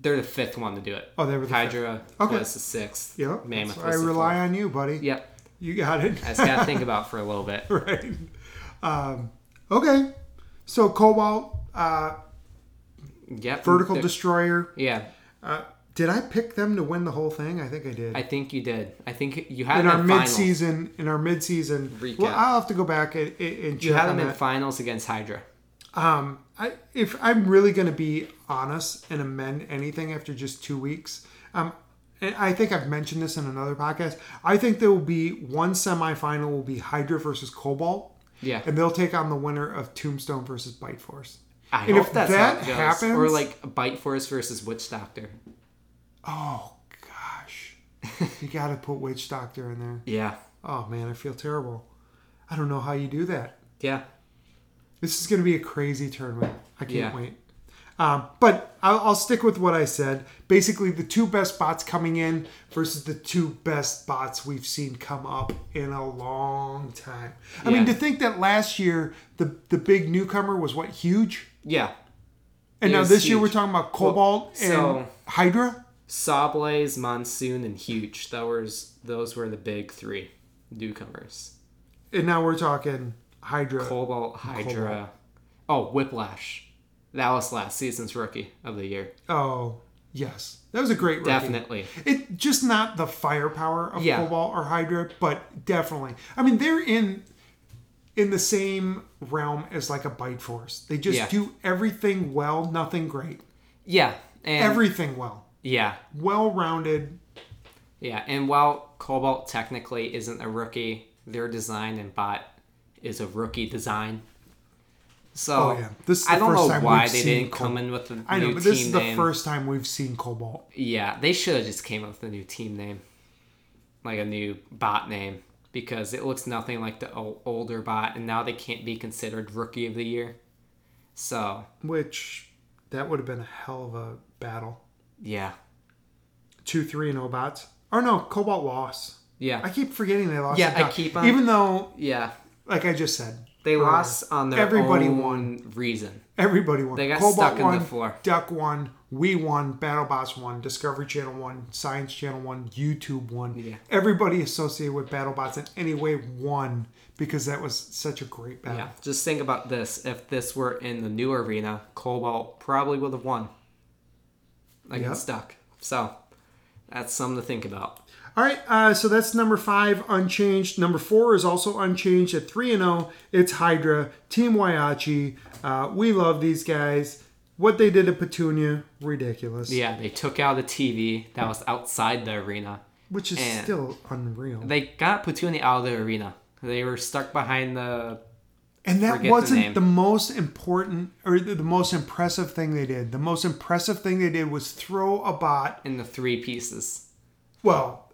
Speaker 2: they're the fifth one to do it.
Speaker 1: Oh, they were the
Speaker 2: Hydra
Speaker 1: Okay.
Speaker 2: was the sixth.
Speaker 1: Yep. that's
Speaker 2: Mammoth.
Speaker 1: why I
Speaker 2: Was the
Speaker 1: rely
Speaker 2: fourth.
Speaker 1: on you, buddy.
Speaker 2: Yep.
Speaker 1: You got it.
Speaker 2: I just gotta think about it for a little bit.
Speaker 1: (laughs) right. Um, okay. So Cobalt, uh,
Speaker 2: Yep.
Speaker 1: Vertical
Speaker 2: they're-
Speaker 1: Destroyer.
Speaker 2: Yeah,
Speaker 1: Uh, did I pick them to win the whole thing? I think I did.
Speaker 2: I think you did. I think you had
Speaker 1: in
Speaker 2: them
Speaker 1: our
Speaker 2: in finals.
Speaker 1: mid-season in our mid-season
Speaker 2: Recap.
Speaker 1: well i'll have to go back and, and and check
Speaker 2: You had
Speaker 1: on
Speaker 2: them in
Speaker 1: that.
Speaker 2: finals against Hydra.
Speaker 1: um I, if i'm really going to be honest and amend anything after just two weeks um and i think i've mentioned this in another podcast i think there will be one semifinal will be hydra versus cobalt
Speaker 2: Yeah.
Speaker 1: and they'll take on the winner of tombstone versus bite force
Speaker 2: I
Speaker 1: And
Speaker 2: hope
Speaker 1: if
Speaker 2: that's
Speaker 1: that
Speaker 2: how it goes.
Speaker 1: happens-
Speaker 2: or like Bite Force versus Witch Doctor.
Speaker 1: oh
Speaker 2: (laughs)
Speaker 1: gosh you gotta put witch doctor in there
Speaker 2: Yeah,
Speaker 1: oh man i feel terrible i don't know how you do that
Speaker 2: yeah,
Speaker 1: This is going to be a crazy tournament. I can't
Speaker 2: Yeah.
Speaker 1: wait. Um, but I'll, I'll stick with what I said. Basically, the two best bots coming in versus the two best bots we've seen come up in a long time. I mean,
Speaker 2: Yeah.
Speaker 1: to think that last year the the big newcomer was what huge,
Speaker 2: yeah.
Speaker 1: and
Speaker 2: It
Speaker 1: now
Speaker 2: was
Speaker 1: this year we're
Speaker 2: huge.
Speaker 1: talking about Cobalt and
Speaker 2: so-
Speaker 1: Hydra.
Speaker 2: Sawblaze, Monsoon, and Huge. That was those were the big three newcomers.
Speaker 1: And now we're talking Hydra.
Speaker 2: Cobalt, Hydra. Oh, Whiplash. That was last season's rookie of the year.
Speaker 1: Oh, yes, that was a great rookie.
Speaker 2: Definitely.
Speaker 1: It just not the firepower of
Speaker 2: Yeah.
Speaker 1: Cobalt or Hydra, but definitely. I mean, they're in in the same realm as like a Bite Force. They just
Speaker 2: Yeah.
Speaker 1: do everything well, nothing great.
Speaker 2: Yeah. And
Speaker 1: Everything well,
Speaker 2: yeah.
Speaker 1: well rounded.
Speaker 2: Yeah. And while Cobalt technically isn't a rookie, their design and bot is a rookie design. So
Speaker 1: Oh, yeah. This is
Speaker 2: I
Speaker 1: the
Speaker 2: don't
Speaker 1: first
Speaker 2: know
Speaker 1: time
Speaker 2: why
Speaker 1: we've
Speaker 2: they
Speaker 1: seen
Speaker 2: didn't come in with a
Speaker 1: I
Speaker 2: new
Speaker 1: know, but this
Speaker 2: team
Speaker 1: is the
Speaker 2: name.
Speaker 1: first time we've seen Cobalt.
Speaker 2: Yeah, they should have just came up with a new team name, like a new bot name, because it looks nothing like the o- older bot, and now they can't be considered rookie of the year. So
Speaker 1: Which that would have been a hell of a battle.
Speaker 2: yeah,
Speaker 1: Two, three, and bots. Or no, Cobalt lost. I
Speaker 2: yeah,
Speaker 1: keep forgetting they lost.
Speaker 2: Yeah,
Speaker 1: to
Speaker 2: I
Speaker 1: Doc.
Speaker 2: keep on-
Speaker 1: even though,
Speaker 2: yeah.
Speaker 1: like I just said,
Speaker 2: They lost on their
Speaker 1: Oh, everybody
Speaker 2: own reason.
Speaker 1: Everybody won.
Speaker 2: They got
Speaker 1: Cobalt
Speaker 2: stuck in the
Speaker 1: won,
Speaker 2: floor.
Speaker 1: Duck won. We won. BattleBots won. Discovery Channel won. Science Channel won. YouTube won.
Speaker 2: Yeah.
Speaker 1: Everybody associated with BattleBots in any way won because that was such a great battle.
Speaker 2: Yeah, just think about this. If this were in the new arena, Cobalt probably would have won. Like
Speaker 1: Yeah.
Speaker 2: it's stuck. So that's something to think about.
Speaker 1: All right, uh, so that's number five, unchanged. Number four is also unchanged oh. at three and zero. It's Hydra, Team Waiachi. Uh, we love these guys. What they did to Petunia, ridiculous.
Speaker 2: Yeah, they took out a TV that was outside the arena.
Speaker 1: Which is
Speaker 2: And-
Speaker 1: still unreal.
Speaker 2: They got Petunia out of the arena. They were stuck behind the.
Speaker 1: and that
Speaker 2: forget the
Speaker 1: wasn't
Speaker 2: name.
Speaker 1: the, most important or the, the most impressive thing they did. The most impressive thing they did was throw a bot.
Speaker 2: in the three pieces.
Speaker 1: Well,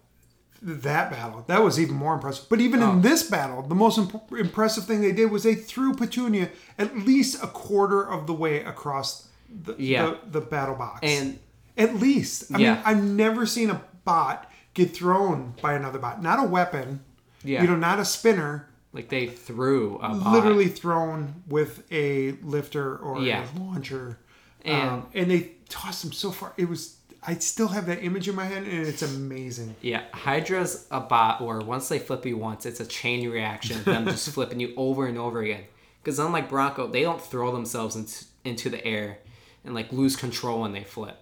Speaker 1: th- that battle, that was even more impressive. But even
Speaker 2: Oh.
Speaker 1: in this battle, the most imp- impressive thing they did was they threw Petunia at least a quarter of the way across the,
Speaker 2: Yeah.
Speaker 1: the, the battle box.
Speaker 2: And
Speaker 1: At least. I mean,
Speaker 2: Yeah.
Speaker 1: I've never seen a bot get thrown by another bot. Not a weapon.
Speaker 2: Yeah.
Speaker 1: You know, not a spinner.
Speaker 2: like they threw a bot.
Speaker 1: Literally thrown with a lifter or
Speaker 2: Yeah.
Speaker 1: a launcher. And,
Speaker 2: And-
Speaker 1: um, and they tossed him so far. It was. I still have that image in my head, and it's amazing.
Speaker 2: Yeah, Hydra's a bot where once they flip you once, it's a chain reaction of them
Speaker 1: (laughs)
Speaker 2: just flipping you over and over again. Because unlike Bronco, they don't throw themselves into, into the air and like lose control when they flip.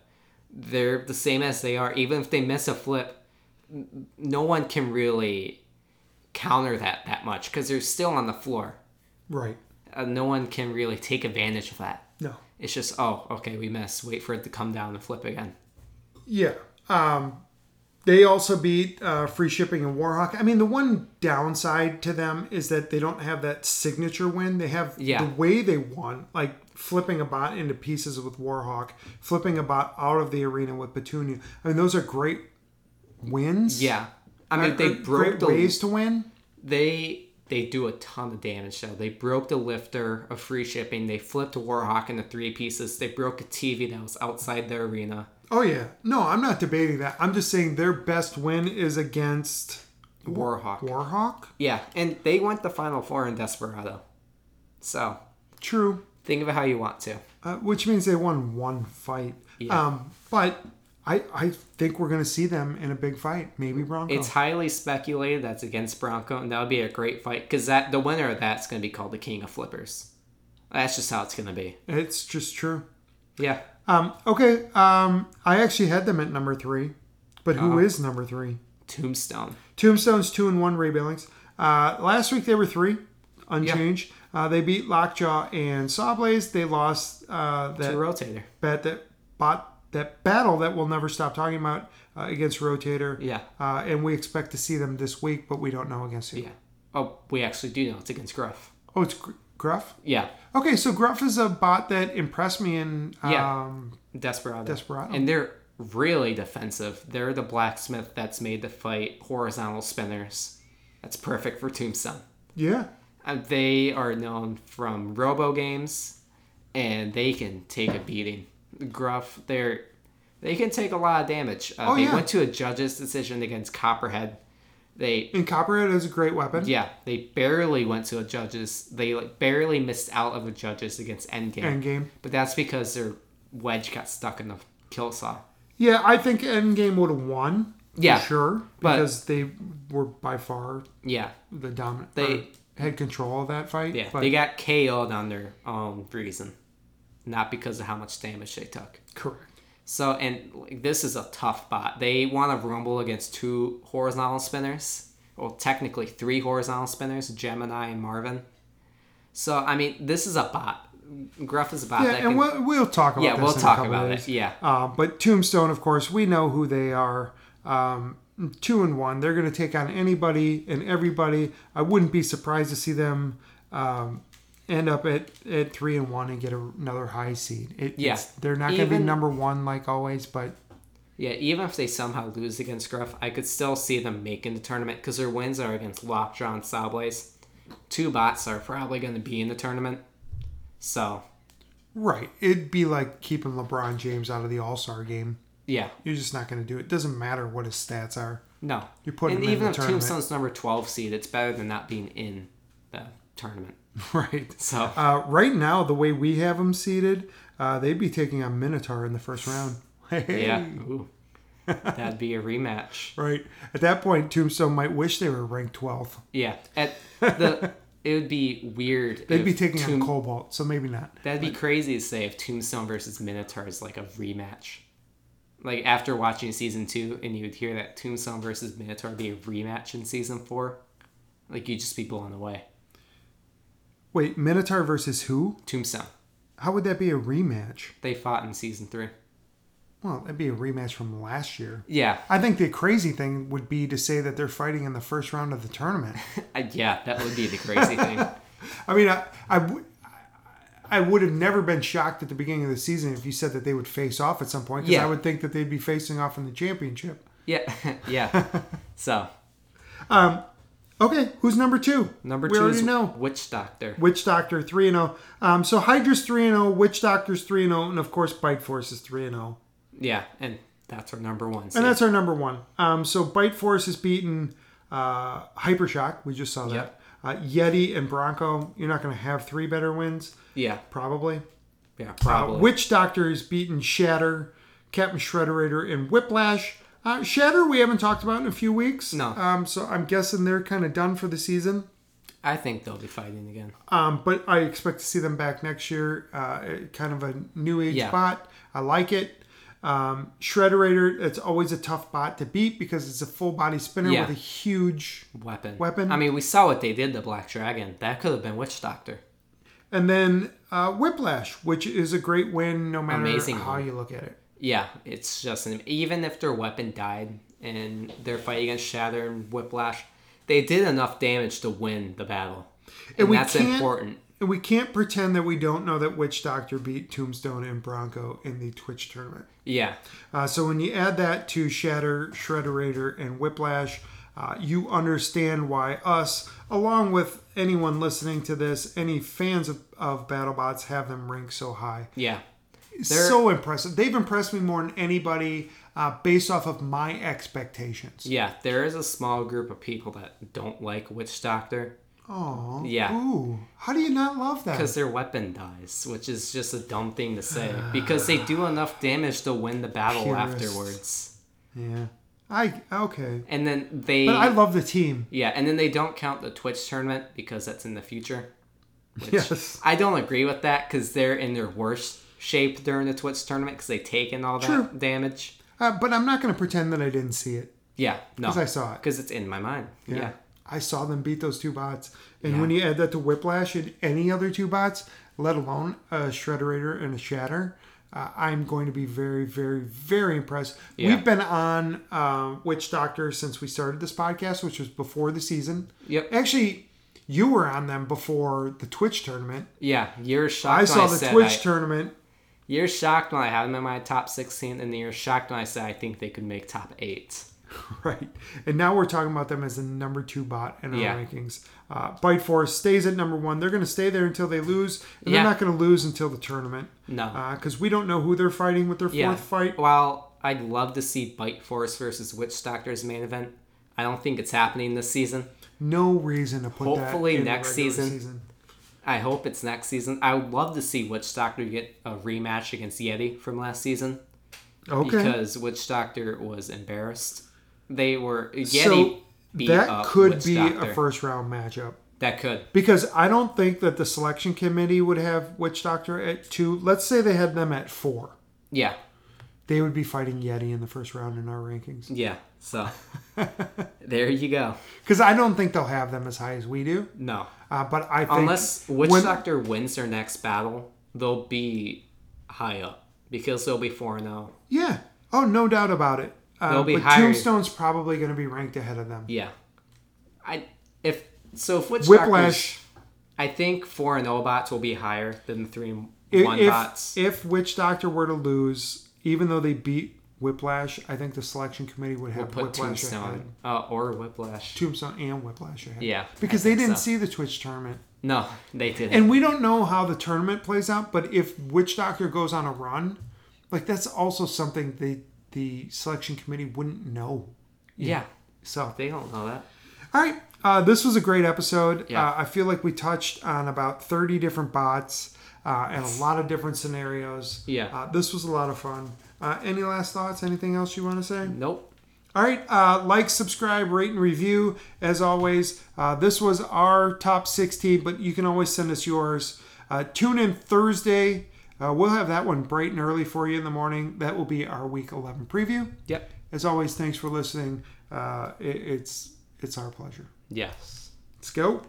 Speaker 2: They're the same as they are. Even if they miss a flip, n- no one can really counter that that much because they're still on the floor.
Speaker 1: Right.
Speaker 2: Uh, no one can really take advantage of that.
Speaker 1: No.
Speaker 2: It's just, oh, okay, we missed. Wait for it to come down and flip again.
Speaker 1: Yeah. Um, they also beat uh, free shipping and Warhawk. I mean, the one downside to them is that they don't have that signature win. They have
Speaker 2: Yeah.
Speaker 1: the way they won, like flipping a bot into pieces with Warhawk, flipping a bot out of the arena with Petunia. I mean, those are great wins.
Speaker 2: Yeah. I mean, they
Speaker 1: Or
Speaker 2: broke
Speaker 1: great
Speaker 2: the
Speaker 1: ways to win.
Speaker 2: they they do a ton of damage though. They broke the lifter of free shipping. They flipped Warhawk into three pieces. They broke a TV that was outside their arena.
Speaker 1: Oh yeah. No, I'm not debating that. I'm just saying their best win is against
Speaker 2: Warhawk.
Speaker 1: Warhawk.
Speaker 2: Yeah, and they went the final four in Desperado. So
Speaker 1: True.
Speaker 2: think of it how you want to.
Speaker 1: uh, which means they won one fight. Um, but I I think we're going to see them in a big fight, maybe Bronco.
Speaker 2: It's highly speculated that's against Bronco, and that would be a great fight because that the winner of that's going to be called the King of Flippers. That's just how it's going to be.
Speaker 1: It's just true.
Speaker 2: Yeah,
Speaker 1: Um, okay, um, I actually had them at number three, but
Speaker 2: Uh-huh.
Speaker 1: who is number three?
Speaker 2: Tombstone.
Speaker 1: Tombstone's two and one. Ray Billings. Uh, last week they were three, unchanged. Uh, they beat Lockjaw and Sawblaze. They lost uh,
Speaker 2: The
Speaker 1: that
Speaker 2: rotator.
Speaker 1: bet that bot that battle that we'll never stop talking about uh, against Rotator.
Speaker 2: Yeah.
Speaker 1: Uh, and we expect to see them this week, but we don't know against who.
Speaker 2: Yeah. Oh, we actually do know it's against Gruff.
Speaker 1: Oh, it's Gr- Gruff.
Speaker 2: Yeah.
Speaker 1: Okay, so Gruff is a bot that impressed me in um,
Speaker 2: Yeah. Desperado.
Speaker 1: Desperado.
Speaker 2: And they're really defensive. They're the blacksmith that's made to fight horizontal spinners. That's perfect for Tombstone.
Speaker 1: yeah,
Speaker 2: And they are known from Robo games, and they can take a beating. Gruff, they're they can take a lot of damage. Uh,
Speaker 1: Oh,
Speaker 2: they
Speaker 1: yeah.
Speaker 2: went to a judge's decision against Copperhead. They
Speaker 1: and Copperhead is a great weapon.
Speaker 2: yeah, they barely went to a judge's. They like barely missed out of a judge's against Endgame.
Speaker 1: Endgame.
Speaker 2: But that's because their wedge got stuck in the kill saw.
Speaker 1: Yeah, I think Endgame would have won. for
Speaker 2: Yeah,
Speaker 1: sure,
Speaker 2: but-
Speaker 1: because they were by far
Speaker 2: Yeah,
Speaker 1: the dominant.
Speaker 2: They-
Speaker 1: or had control of that fight.
Speaker 2: Yeah,
Speaker 1: but,
Speaker 2: they got KO'd on their own reason, not because of how much damage they took.
Speaker 1: correct.
Speaker 2: So, and like, this is a tough bot. They want to rumble against two horizontal spinners, well, technically three horizontal spinners, Gemini and Marvin. So, I mean, this is a bot. Gruff is a bot.
Speaker 1: Yeah,
Speaker 2: that
Speaker 1: and
Speaker 2: can-
Speaker 1: we'll, we'll talk about
Speaker 2: yeah,
Speaker 1: this
Speaker 2: we'll
Speaker 1: in a
Speaker 2: talk
Speaker 1: couple
Speaker 2: about
Speaker 1: days.
Speaker 2: it. Yeah,
Speaker 1: Uh, but Tombstone, of course, we know who they are. Um, two and one. They're going to take on anybody and everybody. I wouldn't be surprised to see them um, end up at, at three and one and get a, another high seed. It,
Speaker 2: Yeah.
Speaker 1: it's- They're not going to be
Speaker 2: Even-
Speaker 1: number one like always, but
Speaker 2: yeah. Even if they somehow lose against Gruff, I could still see them making the tournament because their wins are against Lockjaw and Sawblaze. Two bots are probably going to be in the tournament. So,
Speaker 1: right. It'd be like keeping LeBron James out of the All Star game.
Speaker 2: yeah.
Speaker 1: You're just not going to do it. Doesn't matter what his stats are. (laughs)
Speaker 2: No.
Speaker 1: You put
Speaker 2: and
Speaker 1: him in
Speaker 2: even
Speaker 1: the
Speaker 2: if
Speaker 1: tournament.
Speaker 2: Tombstone's number 12 seed, it's better than not being in the tournament.
Speaker 1: Right.
Speaker 2: So,
Speaker 1: Uh, right now, the way we have them seated, uh, they'd be taking on Minotaur in the first round. (laughs) Hey.
Speaker 2: yeah. Ooh. That'd be a rematch.
Speaker 1: Right. At that point, Tombstone might wish they were ranked 12th.
Speaker 2: Yeah. At the it would be
Speaker 1: (laughs)
Speaker 2: weird.
Speaker 1: They'd
Speaker 2: if
Speaker 1: be taking
Speaker 2: Tomb-
Speaker 1: on Cobalt, so maybe not.
Speaker 2: That'd be crazy to say if Tombstone versus Minotaur is like a rematch. Like after watching season 2 and you would hear that Tombstone versus Minotaur would be a rematch in season 4, like you'd just be blown away.
Speaker 1: Wait, Minotaur versus who?
Speaker 2: Tombstone.
Speaker 1: How would that be a rematch?
Speaker 2: They fought in season three.
Speaker 1: Well, that'd be a rematch from last year.
Speaker 2: Yeah, (laughs)
Speaker 1: I think the crazy thing would be to say that they're fighting in the first round of the tournament.
Speaker 2: I, yeah, that would be
Speaker 1: (laughs)
Speaker 2: the crazy thing.
Speaker 1: I mean, I, I, w- I would have never been shocked at the beginning of the season if you said that they would face off at some point because
Speaker 2: Yeah.
Speaker 1: I would think that they'd be facing off in the championship.
Speaker 2: Yeah, (laughs) yeah. So
Speaker 1: Okay, who's number two?
Speaker 2: number
Speaker 1: we
Speaker 2: two
Speaker 1: already
Speaker 2: is
Speaker 1: know.
Speaker 2: Witch Doctor.
Speaker 1: Witch Doctor 3 and 0. Um, so Hydra's 3 and 0, Witch Doctor's 3 and 0, and of course Bite Force is 3 and 0.
Speaker 2: Yeah, and that's our number one.
Speaker 1: And
Speaker 2: seed.
Speaker 1: that's our number one. Um, so Bite Force has beaten uh, Hypershock. We just saw that.
Speaker 2: Yep.
Speaker 1: Uh, Yeti and Bronco. You're not going to have three better wins,
Speaker 2: yeah,
Speaker 1: probably.
Speaker 2: yeah,
Speaker 1: Uh,
Speaker 2: probably.
Speaker 1: Witch Doctor has beaten Shatter, Captain Shredderator, and Whiplash. Uh, Shatter, we haven't talked about in a few weeks.
Speaker 2: No.
Speaker 1: Um, so I'm guessing they're kind of done for the season.
Speaker 2: I think they'll be fighting again.
Speaker 1: Um, but I expect to see them back next year. Uh, kind of a new age
Speaker 2: Yeah.
Speaker 1: bot. I like it. Um, Shredderator, it's always a tough bot to beat because it's a full body spinner
Speaker 2: Yeah.
Speaker 1: with a huge.
Speaker 2: Weapon.
Speaker 1: Weapon.
Speaker 2: I mean, we saw what they did to Black Dragon. That could have been Witch Doctor.
Speaker 1: And then uh, Whiplash, which is a great win no matter
Speaker 2: Amazing
Speaker 1: how
Speaker 2: win.
Speaker 1: you look at it.
Speaker 2: Yeah, it's just an, even if their weapon died in their fight against Shatter and Whiplash, they did enough damage to win the battle, and,
Speaker 1: we
Speaker 2: that's
Speaker 1: can't-
Speaker 2: important.
Speaker 1: And we can't pretend that we don't know that Witch Doctor beat Tombstone and Bronco in the Twitch tournament.
Speaker 2: Yeah,
Speaker 1: Uh, so when you add that to Shatter, Shredderator, and Whiplash, uh, you understand why us, along with anyone listening to this, any fans of, of BattleBots, have them ranked so high.
Speaker 2: yeah,
Speaker 1: so impressive. They've impressed me more than anybody uh, based off of my expectations.
Speaker 2: yeah. There is a small group of people that don't like Witch Doctor
Speaker 1: Oh,
Speaker 2: Yeah.
Speaker 1: Ooh, how do you not love that?
Speaker 2: because their weapon dies, which is just a dumb thing to say because they do enough damage to win the battle
Speaker 1: (sighs) Purists.
Speaker 2: afterwards,
Speaker 1: Yeah. I okay,
Speaker 2: and then they
Speaker 1: but I love the team.
Speaker 2: Yeah, and then they don't count the Twitch tournament because that's in the future. Which
Speaker 1: Yes.
Speaker 2: I don't agree with that because they're in their worst shape during the Twitch tournament because they take in all that
Speaker 1: True.
Speaker 2: damage.
Speaker 1: Uh, but I'm not going to pretend that I didn't see it
Speaker 2: Yeah, no,
Speaker 1: because I saw it.
Speaker 2: because it's in my mind. Yeah.
Speaker 1: I saw them beat those two bots. And when you add that to Whiplash and any other two bots, let alone a Shredderator and a Shatter, uh, I'm going to be very, very, very impressed.
Speaker 2: Yeah.
Speaker 1: We've been on uh, Witch Doctor since we started this podcast, which was before the season.
Speaker 2: Yep.
Speaker 1: Actually, you were on them before the Twitch tournament.
Speaker 2: Yeah, you're shocked.
Speaker 1: I
Speaker 2: when
Speaker 1: saw
Speaker 2: I
Speaker 1: the
Speaker 2: said
Speaker 1: Twitch
Speaker 2: I-
Speaker 1: tournament.
Speaker 2: You're shocked when I had them in my top 16, and then you're shocked when I said I think they could make top eight.
Speaker 1: (laughs) Right. And now we're talking about them as the number two bot in our
Speaker 2: Yeah.
Speaker 1: rankings. Uh, Bite Force stays at number one. They're going to stay there until they lose. And
Speaker 2: Yeah.
Speaker 1: they're not going to lose until the tournament.
Speaker 2: No.
Speaker 1: Because we don't know who they're fighting with their Uh, fourth
Speaker 2: yeah.
Speaker 1: fight.
Speaker 2: While I'd love to see Bite Force versus Witch Doctor's main event, I don't think it's happening this season.
Speaker 1: No reason to put
Speaker 2: Hopefully
Speaker 1: that in the
Speaker 2: next
Speaker 1: regular
Speaker 2: season. I hope it's next season. I would love to see Witch Doctor get a rematch against Yeti from last season
Speaker 1: Okay.
Speaker 2: because Witch Doctor was embarrassed. They were Yeti
Speaker 1: so
Speaker 2: beat
Speaker 1: that
Speaker 2: up
Speaker 1: could
Speaker 2: Witch
Speaker 1: be
Speaker 2: Doctor.
Speaker 1: a first round matchup.
Speaker 2: that could
Speaker 1: Because I don't think that the selection committee would have Witch Doctor at two. Let's say they had them at four.
Speaker 2: yeah
Speaker 1: They would be fighting Yeti in the first round in our rankings.
Speaker 2: yeah so (laughs) there you go
Speaker 1: Because I don't think they'll have them as high as we do.
Speaker 2: no
Speaker 1: Uh, but I think
Speaker 2: unless Witch
Speaker 1: when-
Speaker 2: Doctor wins their next battle they'll be high up because they'll be four zero
Speaker 1: yeah, oh no doubt about it. Uh,
Speaker 2: They'll be
Speaker 1: but
Speaker 2: higher.
Speaker 1: Tombstone's probably going to be ranked ahead of them.
Speaker 2: yeah I if so if Witch Doctor's-
Speaker 1: Whiplash,
Speaker 2: I think four and zero bots will be higher than three and
Speaker 1: i-
Speaker 2: one bots.
Speaker 1: if, if Witch Doctor were to lose, even though they beat Whiplash, I think the selection committee would have
Speaker 2: put
Speaker 1: Whiplash ahead.
Speaker 2: Tombstone uh, or Whiplash.
Speaker 1: Tombstone and Whiplash ahead.
Speaker 2: Yeah,
Speaker 1: because
Speaker 2: I
Speaker 1: they
Speaker 2: think
Speaker 1: didn't
Speaker 2: so.
Speaker 1: see the Twitch tournament,
Speaker 2: No, they didn't.
Speaker 1: and we don't know how the tournament plays out. But if Witch Doctor goes on a run, like that's also something they the selection committee wouldn't know.
Speaker 2: yeah,
Speaker 1: So
Speaker 2: they don't know that.
Speaker 1: All right. Uh, this was a great episode.
Speaker 2: Yeah.
Speaker 1: Uh, I feel like we touched on about 30 different bots uh, and a lot of different scenarios.
Speaker 2: Yeah.
Speaker 1: Uh, this was a lot of fun. Uh, any last thoughts? Anything else you want to say?
Speaker 2: Nope.
Speaker 1: All right. Uh, like, subscribe, rate, and review. As always, uh, this was our top 16, but you can always send us yours. Uh, tune in Thursday. Uh, we'll have that one bright and early for you in the morning. That will be our week 11 preview.
Speaker 2: Yep.
Speaker 1: As always, thanks for listening. Uh, it, it's it's our pleasure.
Speaker 2: Yes.
Speaker 1: Let's go.